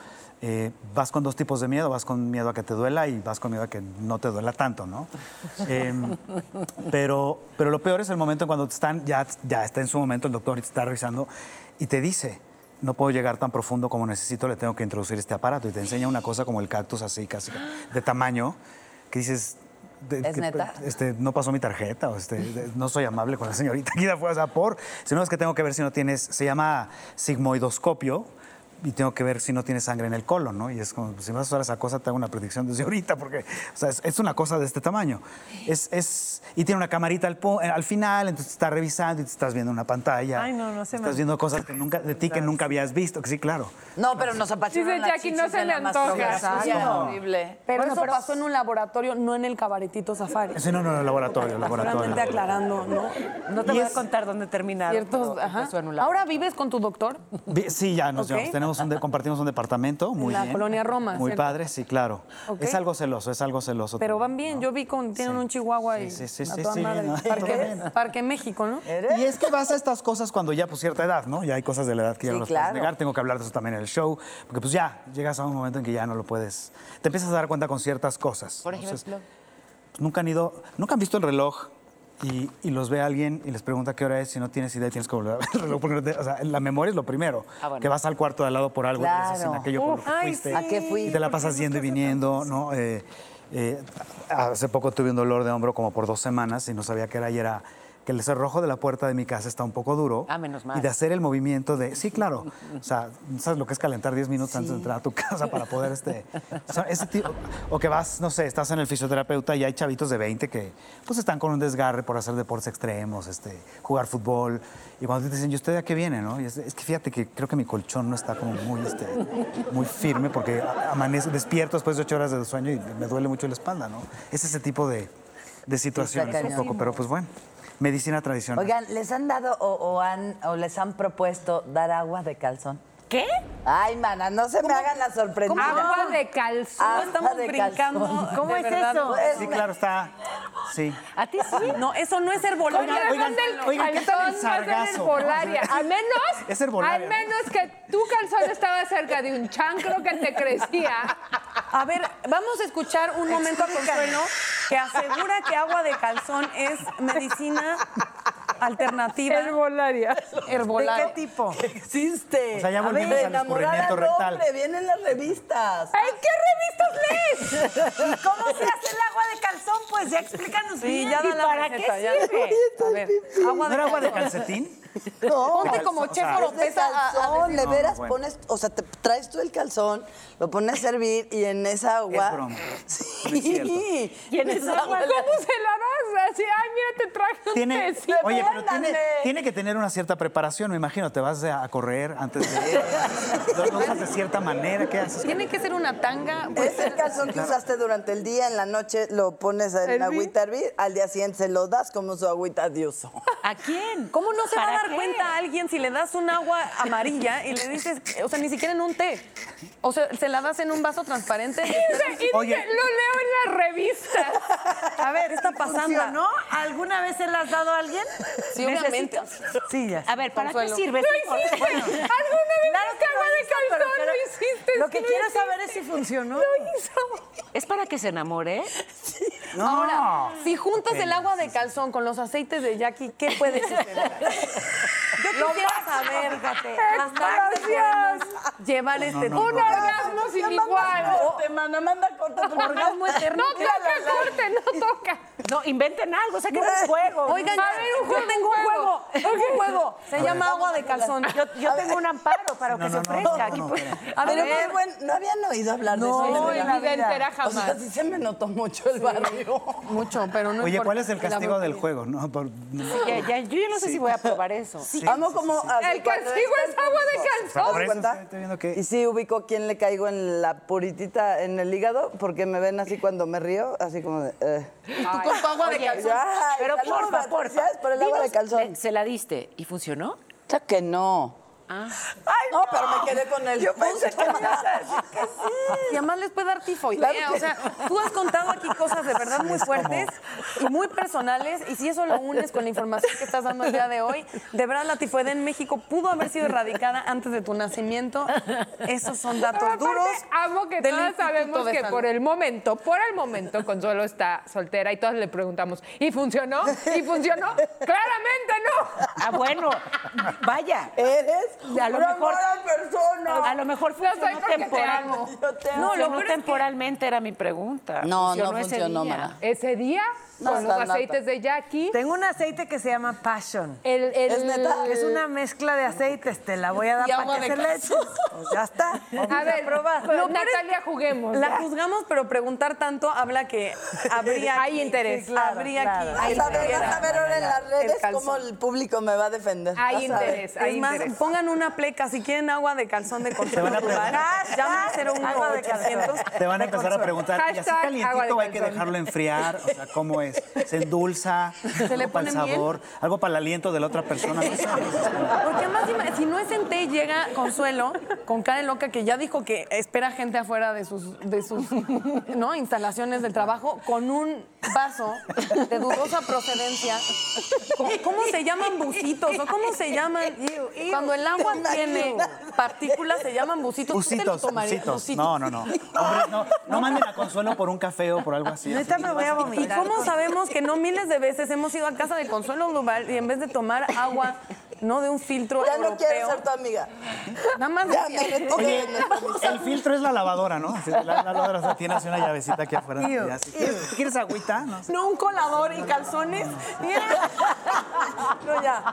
Eh, vas con dos tipos de miedo, vas con miedo a que te duela y vas con miedo a que no te duela tanto, ¿no? Em, pero, pero lo peor es el momento en cuando te están, ya, ya está en su momento, el doctor te está revisando y te dice, no puedo llegar tan profundo como necesito, le tengo que introducir este aparato. Y te enseña una cosa como el cactus así, casi de tamaño, que dices... de-
¿Es
que-
neta?
Este, no pasó mi tarjeta, o este, de- no soy amable con la señorita aquí de afuera, o sea, por... Si no, es que tengo que ver si no tienes... Se llama sigmoidoscopio y tengo que ver si no tienes sangre en el colon, ¿no? Y es como, pues, si vas a usar esa cosa, te hago una predicción desde ahorita, porque o sea, es, es una cosa de este tamaño. Es, es, y tiene una camarita al, po- eh, al final, entonces estás revisando y te estás viendo una pantalla.
Ay, no, no se me-
Estás viendo cosas que nunca, de ti que nunca habías visto, que sí, claro.
No, pero nos apasionan
Dice Jackie, no se le antoja.
Sí, es
horrible. Pero
Bueno,
eso
pero-
pasó en un laboratorio, no en el cabaretito safari.
Sí, no, no, no, laboratorio, laboratorio.
Solamente aclarando, ¿no?
No te voy a contar dónde terminaron.
Ciertos, ajá. Ahora vives con tu doctor
Vi- Sí, ya nos
Ok.
llevamos. Tenemos un de- compartimos un departamento, muy
en la
bien.
colonia Roma.
Muy
¿cierto?
padre, sí, claro.
Ok.
Es algo celoso, es algo celoso.
Pero van bien, yo vi con tienen un chihuahua y
Sí, sí, sí,
a
sí,
toda
sí,
madre.
no, todo
Parque,
bien.
Parque México, ¿no?
Y es que vas a estas cosas cuando ya, pues, cierta edad, ¿no? Ya hay cosas de la edad que ya
Sí,
no las
claro.
puedes negar. Tengo que hablar de eso también en el show. Porque, pues, ya llegas a un momento en que ya no lo puedes. Te empiezas a dar cuenta con ciertas cosas.
Por
Entonces,
ejemplo.
nunca han ido, nunca han visto el reloj y, y los ve alguien y les pregunta qué hora es. Si no tienes idea, tienes que volver a ver el reloj. porque no te- o sea, la memoria es lo primero.
Ah, bueno.
Que vas al cuarto de al lado por algo y piensas en
Claro.
aquello por lo que
Uf, ay,
fuiste.
sí. ¿A qué fui?
Y te la pasas yendo y viniendo, ¿no? Eh, eh, hace poco tuve un dolor de hombro como por dos semanas y no sabía qué era y era que el cerrojo de la puerta de mi casa está un poco duro.
Ah, menos mal.
Y de hacer el movimiento de, sí, claro, o sea, ¿sabes lo que es calentar 10 minutos antes de entrar a tu casa para poder este... o sea, ese tipo- o que vas, no sé, estás en el fisioterapeuta y hay chavitos de 20 que pues están con un desgarre por hacer deportes extremos, este, jugar fútbol, y cuando te dicen, ¿y usted a qué viene, no? Y es, es que fíjate que creo que mi colchón no está como muy, este, muy firme porque a- amanezco, despierto después de ocho horas de sueño y me duele mucho la espalda, ¿no? Es ese tipo de, de situaciones un
cañón.
poco, pero pues bueno, medicina tradicional.
Oigan, ¿les han dado o, o han, o les han propuesto dar agua de calzón? ¿Qué? Ay, mana, no se me hagan la sorprendida.
Agua de calzón.
Agua
Estamos
Ah. de
brincando.
calzón.
¿Cómo
De
es
verdad,
eso?
pues,
Sí, claro, está. Sí.
¿A ti sí? No, eso no es herbolaria.
Oigan, oigan, oigan, ¿qué tal el sargazo? herbolaria. A menos,
Es herbolaria.
al menos que tu calzón estaba cerca de un chancro que te crecía.
A ver, vamos a escuchar un momento a Consuelo que asegura que agua de calzón es medicina alternativa. Herbolaria.
Herbolaria.
¿De qué tipo?
Existe.
O sea, ya
A
volvimos
ver,
al
enamorada
escurrimiento rectal.
doble, vienen las revistas.
¡Ay,
qué revistas lees!
¿Cómo se hace el agua de calzón? Pues ya explícanos
Sí,
bien.
ya da la receta, ya.
A ver, agua
¿No era agua de calcetín?
No,
Ponte como Chef
de
Oropesa a- a
calzón,
decir-
de
No,
veras
bueno.
pones, o sea, te traes tú el calzón, lo pones a hervir y en esa agua.
Es broma.
Sí.
Y en esa agua, ¿cómo se la vas? Así, ay, mira, te traje un
Tiene,
tecito.
oye, pero tiene, tiene que tener una cierta preparación, me imagino. Te vas a correr antes de lo- Lo usas de cierta manera. ¿Qué haces?
Tiene que ser una tanga.
Es el calzón que usaste durante el día, en la noche lo pones en
Hervir.
agüita a hervir, al día siguiente se lo das como su agüita de uso.
¿A quién? ¿Cómo no se va a
¿Para
dar
qué?
cuenta a alguien si le das un agua amarilla y le dices, o sea, ni siquiera en un té? O sea, se la das en un vaso transparente.
Oye.
lo leo en la revista. A ver, ¿qué está pasando?
¿No? ¿Alguna vez se la has dado a alguien?
Sí, obviamente.
Sí, ya. A ver, ¿para
Consuelo.
qué sirve?
Lo
esa
hiciste.
información?
Alguna
vez
que
acaba
lo
de
hizo, pero
calzón,
quiero-
lo hiciste,
Lo
es
que
que lo
quiero
hiciste.
saber es si funcionó.
¿Es para que se enamore?
No.
Ahora, si juntas
Ok.
el agua de calzón con los aceites de Jackie, ¿qué puede suceder? Yo quisiera saber, fíjate, hasta dónde podemos llevar este
no, Un no. orgasmo sin igual.
Te manda, manda corta tu
orgasmo eterno.
No toca, corte, no toca.
No, inventen algo, saquen un juego.
Oigan,
a
ya,
ver, un
yo
juego,
tengo un juego, tengo un juego. Se
A
llama
ver.
agua de calzón. Yo, yo
A ver.
tengo un amparo para que
No,
se
no, no,
ofrezca.
no,
Aquí
no,
puede- Ah,
espera.
A
A
ver,
ver, bueno, no habían oído hablar de
No,
eso.
en mi vida entera
O sea,
jamás.
sí se me notó mucho el barrio.
Mucho, pero
Oye, ¿cuál es el castigo del juego? No, por-
Sí, ya, ya, yo ya no sé si voy a probar eso.
Sí, Amo como...
El castigo es agua de calzón.
¿Te das cuenta? Y sí ubico quién le caigo en la puritita en el hígado, porque me ven así cuando me río, así como de... eh.
Ay,
con tu agua de
oye,
calzón.
ay, Pero
saluda,
porfa, porfa.
felicidades por el agua de
Dinos,
calzón.
¿le- ¿Se la diste y funcionó?
Claro que no.
Ah.
Ay, no, pero me quedé con el Yo pensé que me ibas a decir que
Y además les puede dar tifoidea.
Claro que
o sea,
no.
tú has contado aquí cosas de verdad muy
Es como-
fuertes y muy personales. Y si eso lo unes con la información que estás dando el día de hoy, de verdad la tifoidea en México pudo haber sido erradicada antes de tu nacimiento. Esos son datos
Pero aparte,
duros.
Amo que
del
todas
Instituto
sabemos
de
que
Salud.
por el momento, por el momento, Consuelo está soltera y todas le preguntamos, ¿y funcionó? ¿Y funcionó? Claramente no.
Ah, bueno, vaya.
Eres
a lo
una
mejor,
mala persona.
A lo mejor
Lo soy
funcionó
porque te
temporal.
amo. Yo te amo. Lo
No, lo
peor es que-
temporalmente era mi pregunta.
No, no
ese
funcionó,
día.
mana.
Ese día,
No,
con los
está nata.
aceites de Jackie.
Tengo un aceite que se llama Passion.
El, el-
¿Es neta? Es una mezcla de aceites, te la voy a dar
Y
para
agua
que
de
se la eches.
calzón.
Pues ya está.
A ver,
probar.
pues, Natalia, juguemos.
La
ya.
juzgamos, pero preguntar tanto habla que habría
Hay
aquí-
interés.
sí, claro,
Habría
claro.
aquí-
Hay
Vas a ver,
interés.
vas a ver ahora en las redes
El calzón.
cómo el público me va a defender.
Hay
Vas a ver.
interés,
Es más, pongan una pleca. Si quieren agua de calzón de consuelo,
van a
rural,
preguntar.
llamen al 01
Agua de
800.
Te van a empezar a preguntar, ¿y así
Hashtag agua de
calientito o hay que
calzón.
dejarlo enfriar? O sea, ¿cómo es? ¿Se endulza?
¿Se le
¿Algo para el
pone miel?
sabor? ¿Algo para el aliento de la otra persona? No sé.
Porque además, ima- si no es en té, llega Consuelo con cara loca que ya dijo que espera gente afuera de sus, de sus ¿no? instalaciones del trabajo con un vaso de dudosa procedencia. ¿Cómo, cómo se llaman bucitos? ¿O cómo se llaman? Cuando el agua tiene partículas, se llaman bucitos. ¿Tú te lo
Bucitos,
tomarías?
bucitos.
Bucitos.
No, no, no. Hombre, no, no manden a Consuelo por un café o por algo así.
Neta, me voy a vomitar. ¿Y cómo sabemos que no miles de veces hemos ido a casa de Consuelo Global y en vez de tomar agua, no de un filtro
Ya no
europeo?
quiero ser tu amiga.
Nada más
Ya me retiré.
Oye, el filtro es la lavadora, ¿no? Sí, La, la lavadora o sea, tiene así una llavecita aquí afuera.
Ew.
Ya, si quieres- si quieres agüita? No.
No, un colador y calzones. No, ya.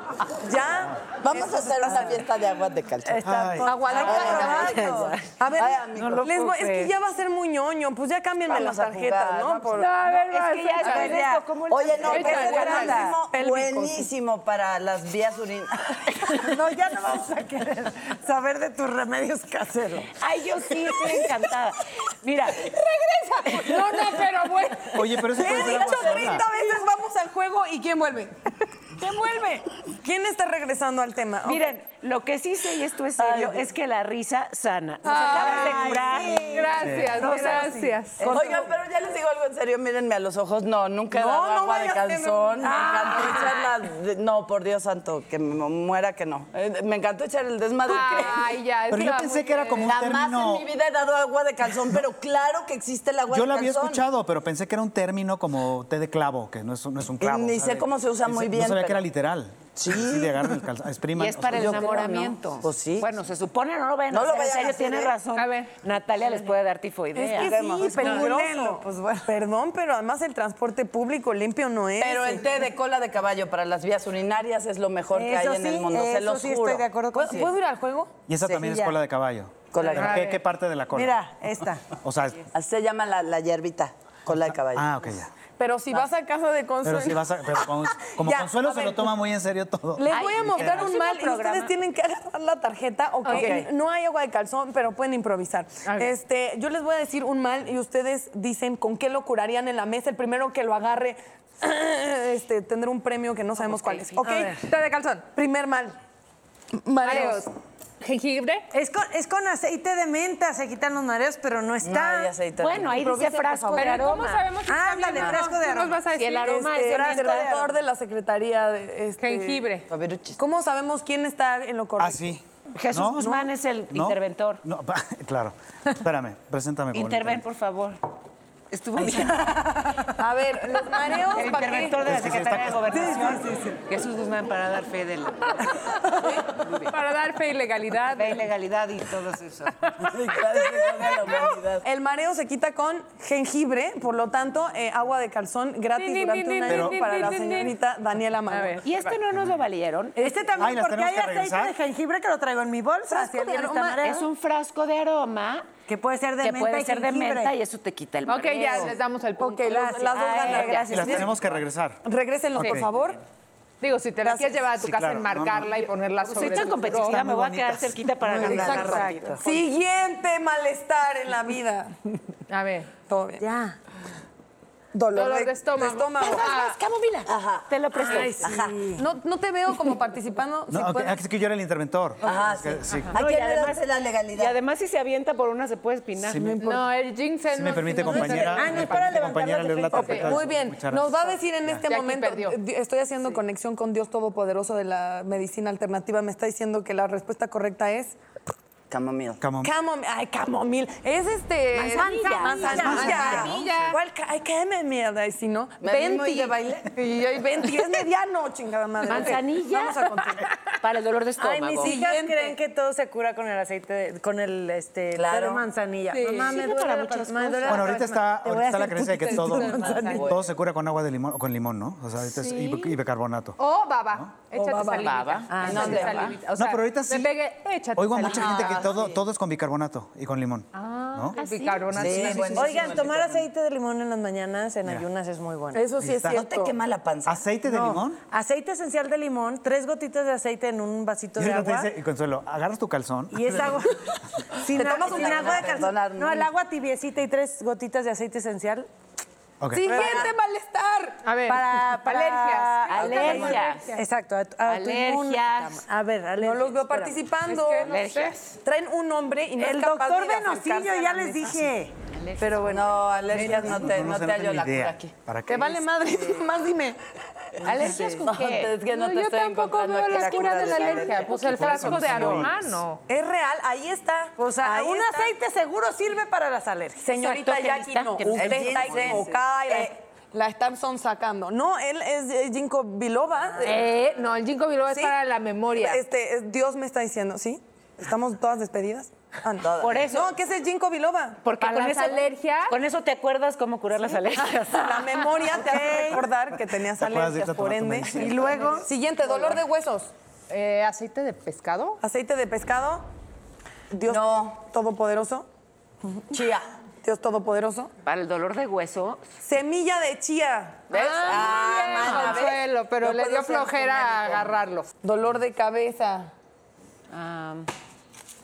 Ya.
Vamos a hacer una fiesta de aguas de calzón.
Está
Ay.
agua de
Ay,
calzón.
ay,
A ver,
ay, amigo.
les voy- es que ya va a ser muy ñoño. Pues ya cámbienme
Vamos
las
a jugar,
tarjetas, ¿no?
vamos
Por-
No, a ver,
es que ya
vamos a
después de
jugar.
esto, ¿cómo le
Oye, no,
hacemos?
pero es buenísimo,
Pélvicos.
buenísimo para las vías urinarias.
No, ya no vamos a querer saber de tus remedios caseros.
Ay, yo sí, estoy encantada. Mira,
Regresa. No, no, pero bueno.
Oye, pero eso
Le
puede
he
ser
dicho
agua
30
sola.
veces, vamos al juego y ¿quién vuelve? ¿Quién vuelve? ¿Quién está regresando al tema?
miren, lo que sí sé, y esto es serio, es que la risa sana. Nos acabas de curar.
Gracias,
No, o sea, sí.
gracias.
Oigan, pero ya les digo algo en serio, mírenme a los ojos. No, nunca he
No,
dado
no
agua de
vayas, que no.
calzón. Me
Ah.
encantó echarla de- No, por Dios santo, que me muera que no. Eh, Me encantó echar el desmadre.
Ay, ya.
Pero yo
está muy
pensé que era
bien.
como un
Jamás
término...
en mi vida he dado agua de calzón, pero claro que existe el agua
Yo
de
la
calzón.
había escuchado, pero pensé que era un término como té de clavo, que no es, un- no es un clavo.
Ni sé
¿sabe?
cómo se usa
Pensé-
muy bien,
No sabía
pero-
que era literal. Sí. de agarrar el calzón. Expriman.
Y es
o sea,
para el
yo-
enamoramiento.
Pues sí.
Bueno, se supone, no lo vayan
No
a
lo
hacer, en
vayan a hacer,
serio, tiene
¿eh?
razón.
A ver.
Natalia les puede dar
Es
tifoidea.
que
Vemos,
sí,
es
peligroso.
peligroso,
Pues bueno. Perdón, pero además el transporte público limpio no es.
Pero el té de cola de caballo para las vías urinarias es lo mejor que hay
Eso
en el
sí,
mundo, se
eso
los
sí
juro.
estoy de acuerdo con
Sí.
¿Puedo ir al juego?
Y esa también es
Sevilla.
cola de caballo.
Cola de
¿Pero
caballo.
¿Qué, qué parte de la cola?
Mira, esta.
O sea,
Así se llama la, la hierbita, cola de caballo.
ah, ok, ya.
Pues, Pero si vas a casa de Consuelo.
Pero si vas a, pero con- como
Ya,
Consuelo
a
se
ver.
lo toma muy en serio todo.
Les voy a mostrar un
próximo
mal y
programa.
ustedes tienen que agarrar la tarjeta. o que
Ok.
No hay agua de calzón, pero pueden improvisar. Este, yo les voy a decir un mal y ustedes dicen con qué lo curarían en la mesa. El primero que lo agarre este, tendrá un premio que no sabemos cuál es. ¿Ok?
A ver. Té de calzón.
Primer mal. Mareos.
Adiós. Jengibre.
Es con, aceite de menta, se quitan los mareos, pero no está.
No hay aceite de
Bueno, ahí dice
Improvisa, por
frasco
favor.
de
Pero ¿cómo
aroma.
sabemos que está bien
Ándale,
o no?
frasco de
Tú
aroma.
nos vas a
Si el
decir.
aroma
Este,
es de
era
menta.
director de la Secretaría de... este,
Jengibre.
A ver, chis-
¿Cómo sabemos quién está en lo correcto?
Así.
Jesús Guzmán es el interventor.
No, pa- claro. Espérame, preséntame. como el
Interven,
interventor.
por favor. Estuvo bien.
A ver, los mareos.
El
¿pa' qué?
interventor de la Secretaría de Gobernación. Jesús Guzmán para dar fe de la...
Para dar fe y legalidad.
Fe y legalidad y todo eso.
El mareo se quita con jengibre, por lo tanto, eh, agua de calzón gratis
Din, din,
durante
din,
un
din,
año
din,
para
din,
la
din, din.
señorita Daniela Mayor.
Y este no nos lo valieron.
Eh,
Este
Ay,
también,
¿las
porque
tenemos
hay
que
aceite
regresar?
de jengibre que lo traigo en mi bolsa. si
de
alguien está
aroma,
¿eh?
mareado.
es un frasco de aroma
que puede ser de
que
menta
puede
y
ser de
jengibre.
menta y eso te quita el
Ok,
mareo.
ya les damos el punto.
Ok, las- las dos
Ay,
ganas,
Y las tenemos que regresar.
Regrésenlo,
Ok.
por favor.
Digo, si te la quieres llevar a tu
Sí,
casa,
claro, no,
enmarcarla y ponerla
Pues
sobre
soy tan
tu
competitiva,
buró.
me voy a quedar cerquita para
Muy
ganarla
exacto.
rapidito.
Siguiente malestar en la vida.
A ver.
Todo bien.
Ya.
Dolor,
Dolor
de,
de estómago.
de estómago.
Ah.
Camomila. Ajá. Te lo presto.
Ay, sí. No, no te veo como participando. si
No, ok,
puedes.
es que yo era el interventor.
Ajá,
Es que-
sí.
sí.
Hay que darse la
Y
legalidad.
además, si se avienta por una, se puede espinar.
Sí me-
No, el ginseng.
Si me
no-
permite,
no-
compañera.
Ah,
me
no, es
permite,
para levantar
compañera,
las
leer la
defensas.
tarjeta.
Ok,
Muy bien.
Muchas
Nos va a
gracias.
decir en este
Jackie
momento,
perdió.
di- estoy haciendo conexión con Dios Todopoderoso de la medicina alternativa, me está diciendo que la respuesta correcta es
Camomil.
Camom-
camomil. Ay, camomil. Es este
Manzanilla.
manzanilla.
Manzanilla, ¿no?
¿Cuál ca- ay, qué Ah, me mierda, y si no,
Me vi muy
20
de baile.
Y yo 20, es mediano, chingada madre.
Manzanilla.
Vamos a continuar.
para el dolor de
Ay,
estómago.
mis hijas creen que todo se cura con el aceite, de- con el este, té
Claro.
de manzanilla.
Sí.
Mamá,
Sirve
me duele
para
la
muchas
pa- me duele la
Bueno, ahorita
próxima.
está,
Te voy
ahorita
a
está la
hacer
creencia de que
putita
todo,
de manzanilla.
todo se cura con agua de limón, con limón, ¿no? O sea, ahorita es- y, y bicarbonato.
O baba. Échate
baba.
salivita.
Baba. Ah,
Échate
no, de baba.
salivita. O
No,
sea,
pero ahorita
me
sí. Ah,
pegué, échate
Oigo a mucha
salivita.
gente que todo, todo es con bicarbonato y con limón. ¿no?
El bicarbonato.
Sí, buenísimo.
Oigan, tomar aceite de limón en las mañanas, en ayunas, es muy bueno.
Eso sí es
Está.
cierto.
¿No te quema la panza?
¿Aceite de
No,
limón?
Aceite esencial de limón, tres gotitas de aceite en un vasito
Y
de
ahorita te
agua.
dice, Consuelo, agarras tu calzón.
Y es agua. sin
Te
a-
tomas
sin
una-
agua de calzón.
Perdonar,
No, el agua tibiecita y tres gotitas de aceite esencial.
Ok.
Siguiente malestar.
A ver.
Para, para
Alergias. Alergias.
Exacto. a tu- a tu inmun-
Alergias.
A ver,
No
alergias.
los veo
espera.
participando.
Alergias.
Traen un hombre y no
El
es capaz
doctor
ni de
Venosillo
acercarse a
ya
la
les
mesa.
dije.
Pero bueno. No, alergias no te, no
sé,
te hallo
tengo
la
idea.
cura aquí.
¿Para qué?
Te vale madre, más dime.
¿Alergias con qué?
Es que no,
No,
te
yo
estoy
tampoco
encontrando
veo
aquí
las curas de la alergia.
alergia.
Pues el frasco de aromano.
Es real, ahí está.
O sea,
Ahí
un
está.
aceite seguro sirve para las alergias.
Señorita
Exacto,
Jackie,
que
no.
lista, que
Usted
lista.
está Eh,
El ginseng.
equivocada y la-
Eh,
la están sonsacando. No, él es eh, Ginkgo biloba.
Eh, no, el ginkgo biloba es
¿Sí?
para la memoria.
Este, es- Dios me está diciendo, ¿sí? ¿Estamos todas despedidas? Ah, no.
Todas.
Por eso. No, ¿qué es el Ginkgo biloba?
Porque
Para las alergias.
Con eso te acuerdas cómo curar las alergias.
La memoria te hace recordar que tenías
¿Te acuerdas de irte
alergias,
a tomar
por
tu
ende.
medicina?
Y luego, siguiente, dolor de huesos.
Eh, ¿Aceite de pescado?
Aceite de pescado. Dios
No.
todopoderoso.
Chía.
Dios todopoderoso.
Para el dolor de hueso.
Semilla de chía.
¿Ves?
Ah, mana, ¿ves?
Consuelo, pero
No
le
puedo
dio
ser
flojera
genérico.
agarrarlo.
Dolor de cabeza.
ah,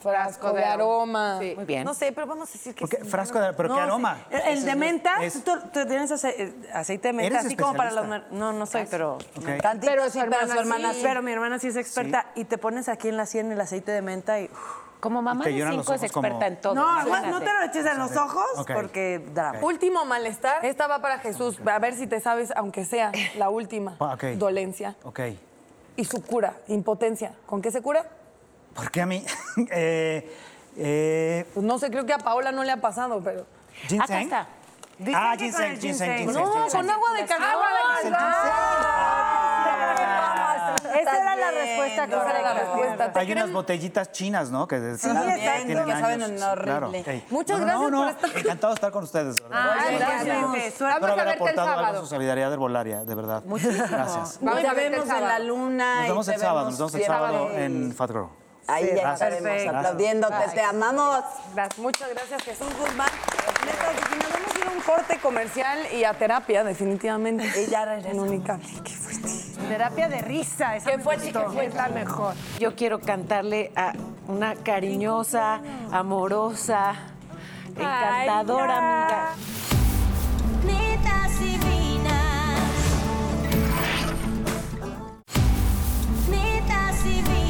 Frasco
de
de aroma.
Sí.
Muy bien.
No sé, pero vamos a decir que
Porque
sí.
frasco de- ¿Pero qué aroma?
sí. El, el de menta,
es-
tú, tú tienes ace-
eh,
aceite de menta,
¿Eres
así como para los...
especialista?
No,
Ah,
no soy, pero...
Ok.
Tantito,
Pero su
sí,
hermana
pero su hermana
sí.
sí.
Pero mi hermana sí es experta y te pones aquí en la sien el aceite de menta y...
Como mamá
Te
de
lloran los
cinco es
ojos como-
experta en todo.
No, además
imagínate.
no te lo eches en los ojos
Ok.
porque da.
Último malestar. Esta va para Jesús. A ver si te sabes, aunque sea la última.
Ah, ok.
Dolencia.
Ok.
Y su cura, impotencia. ¿Con qué se cura?
¿Por qué a mí? eh, eh,
Pues no sé, creo que a Paola no le ha pasado, pero.
Acá
¿Ginseng?
está.
Dicen
Ah,
que con
ginseng,
el
ginseng,
ginseng.
ginseng.
No,
ginseng.
con agua
Ah,
de calzón.
Es el
Ah,
ginseng.
Esa era la respuesta
Esa era la
correcta.
respuesta. Te
Hay unas
queremos-
botellitas chinas, ¿no? Que, de- que
exacto.
tienen
que saben
años.
horrible.
Claro, ok.
Muchas
No, no,
gracias
no,
por estar-
Encantado de estar con ustedes. de verdad.
Ay,
gracias.
gracias.
Suerte.
Vamos
Espero
a
haber
verte el
aportado algo a
sábado.
su solidaridad herbolaria, de verdad. Muchísimas gracias.
Vamos a
Nos
verte el
vemos en la
sábado.
luna.
Nos
y
vemos
te
el sábado, nos vemos el sábado
Sí.
en Fat Girl.
Ahí ya
Gracias.
estaremos
Perfecto.
aplaudiéndote. Te amamos.
Gracias. Muchas gracias, Jesús Guzmán. Neta, si nos vamos a ir a un corte comercial y a terapia, definitivamente.
Y ya regresamos.
En Unicable. Qué fuerte.
Terapia de risa. Esa
Qué
me
fuerte,
gustó.
qué fuerte.
Es la mejor.
Yo quiero cantarle a una cariñosa, amorosa, encantadora amiga.
Netas divinas. Netas divinas.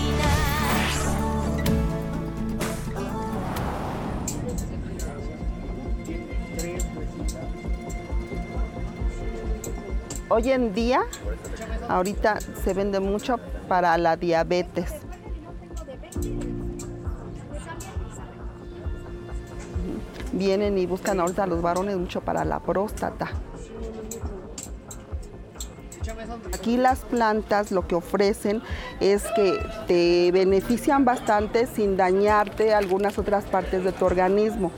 Hoy en día, ahorita se vende mucho para la diabetes. Vienen y buscan ahorita a los varones mucho para la próstata. Aquí las plantas lo que ofrecen es que te benefician bastante sin dañarte algunas otras partes de tu organismo.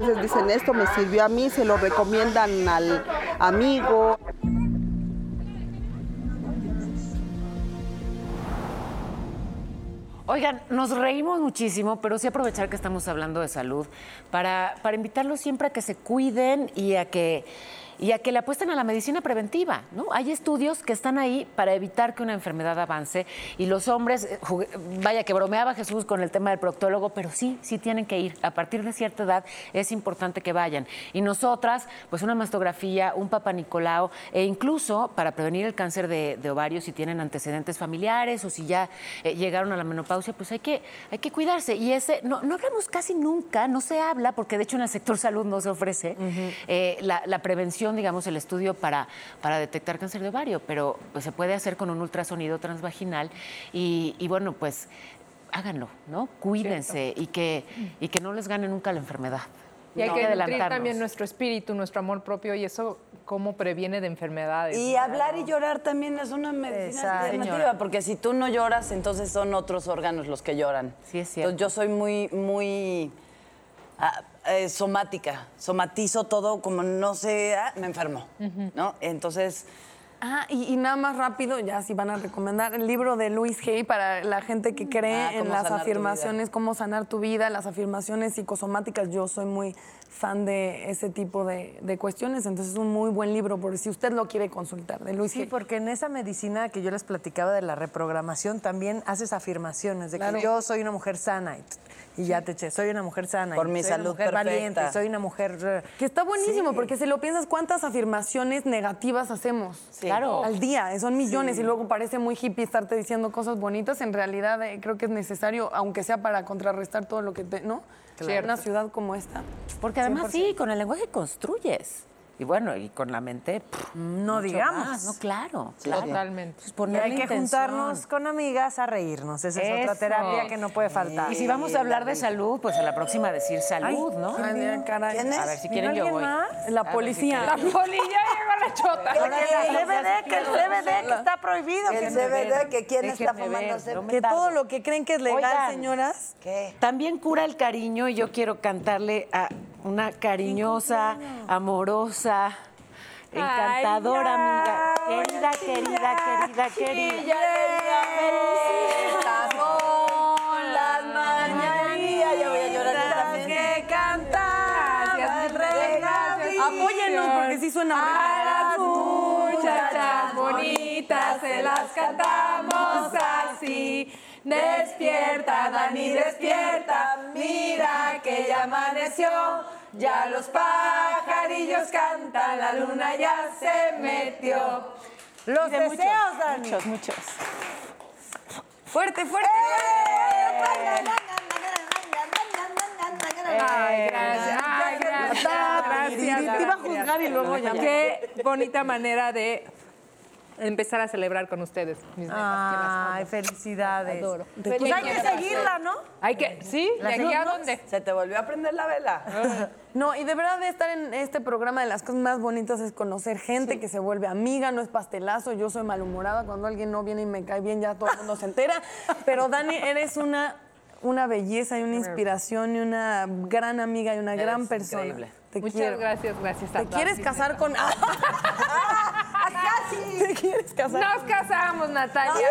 Entonces dicen esto me sirvió a mí, se lo recomiendan al amigo.
Oigan, nos reímos muchísimo, pero sí aprovechar que estamos hablando de salud para, para invitarlos siempre a que se cuiden y a que, y a que le apuesten a la medicina preventiva. ¿no? Hay estudios que están ahí para evitar que una enfermedad avance y los hombres, eh, jugue- vaya que bromeaba Jesús con el tema del proctólogo, pero sí, sí tienen que ir. A partir de cierta edad es importante que vayan. Y nosotras, pues una mastografía, un papá Nicolau e incluso para prevenir el cáncer de, de ovario si tienen antecedentes familiares o si ya eh, llegaron a la menopausia, pues hay que, hay que cuidarse. Y ese, no, no hablamos casi nunca, no se habla, porque de hecho en el sector salud no se ofrece eh, la, la prevención, digamos, el estudio para, para detectar cáncer de ovario, pero pues, se puede hacer con un ultrasonido transvaginal y, y, bueno, pues háganlo, ¿no? Cuídense y que, y que no les gane nunca la enfermedad.
Y hay
No.
que nutrir
adelantarnos.
también nuestro espíritu, nuestro amor propio y eso cómo previene de enfermedades.
Y hablar y llorar también es una medicina
Exacto.
alternativa,
Señora.
porque si tú no lloras, entonces son otros órganos los que lloran.
Sí, es cierto.
Entonces yo soy muy, muy ah, eh, somática, somatizo todo como no sé, ah, me enfermo, ¿no? Entonces...
Ah, y, y nada más rápido, ya si van a recomendar el libro de Luis Hay para la gente que cree
Ah,
en
cómo
las
sanar tu
afirmaciones, cómo sanar tu vida, las afirmaciones psicosomáticas. Yo soy muy fan de ese tipo de, de cuestiones, entonces es un muy buen libro por si usted lo quiere consultar, de Luis
Sí,
Hay.
porque en esa medicina que yo les platicaba de la reprogramación también haces afirmaciones de
Claro.
que yo soy una mujer sana y, t- y ya te eché, soy una mujer sana. y
Por mi
soy una
salud
mujer valiente,
perfecta.
soy una mujer... eh,
Que está buenísimo,
Sí.
porque si lo piensas, ¿cuántas afirmaciones negativas hacemos?
Claro.
Al día, eh, son millones,
Oh. Sí.
y luego parece muy hippie estarte diciendo cosas bonitas. En realidad, eh, creo que es necesario, aunque sea para contrarrestar todo lo que te. ¿No?
Claro.
En una ciudad como esta.
Porque además sí, con el lenguaje construyes. Y bueno, y con la mente...
No digamos.
no, claro,
Sí,
claro.
totalmente.
Pues
Y
ponerle
hay que
intención.
juntarnos con amigas a reírnos. Esa es otra
Eso.
terapia que no puede faltar.
Y si vamos a hablar de salud, pues a la próxima decir salud,
Ay,
¿no?
¿quién vino? Ay, caray. ¿Quién
A
es?
ver si
¿Vino
quieren yo
alguien
voy.
más?
A
La
ver si
policía.
quieren
La
yo voy.
poli ya llegó la chota.
Ahora que el CBD, que el CBD que está prohibido.
El
que-
CBD, que quién está Déjenme fumando ver, CBD. no me
Que
tardo.
todo lo que creen que es legal,
Oigan.
señoras.
También cura el cariño y yo quiero cantarle a una cariñosa, amorosa, encantadora amiga. Querida, querida, querida, querida.
Con las mañanitas, ya voy a llorar yo también. que cantaba el rey David. Apóyennos, porque sí suena A las
muchachas bonitas se las cantamos así. Despierta, Dani, despierta, mira que ya amaneció. Ya los pajarillos cantan, la luna ya se metió.
Los
de
deseos,
muchos,
Dani.
muchos,
muchos.
Fuerte, fuerte.
¡Eh!
Ay, gracias. Ay, gracias.
Te iba a juzgar y luego ya.
Qué bonita manera de empezar a celebrar con ustedes. Mis
Ay, felicidades.
Adoro.
Pues hay que seguirla, ¿no?
Hay que, sí,
La
de aquí a
seguimos.
dónde.
Se te volvió a prender la vela.
No, y de verdad de estar en este programa de las cosas más bonitas es conocer gente que se vuelve amiga, no es pastelazo, yo soy malhumorada, cuando alguien no viene y me cae bien ya todo el mundo se entera, pero Dani, eres una, una belleza y una inspiración y una gran amiga y una
Eres
gran persona.
increíble.
Te
Muchas
quiero.
gracias, gracias a
¿Te
todas.
quieres
Sí,
casar con... Ah,
¡Casi!
¿Te quieres casar?
Nos casamos, Natalia.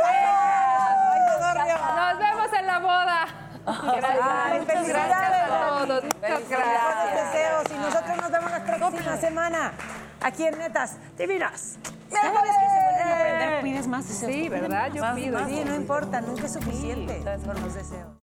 Nos vemos en la boda. Gracias.
Ay,
muchas
felicidades,
gracias a
Dani.
todos. Muchas
Buenos
gracias.
deseos y nosotros nos vemos la próxima semana aquí en Netas Divinas.
Cada vez que se vuelven a prender,
pides más
Sí, ¿verdad? Yo pido.
Sí, no importa, nunca es suficiente. Los deseos.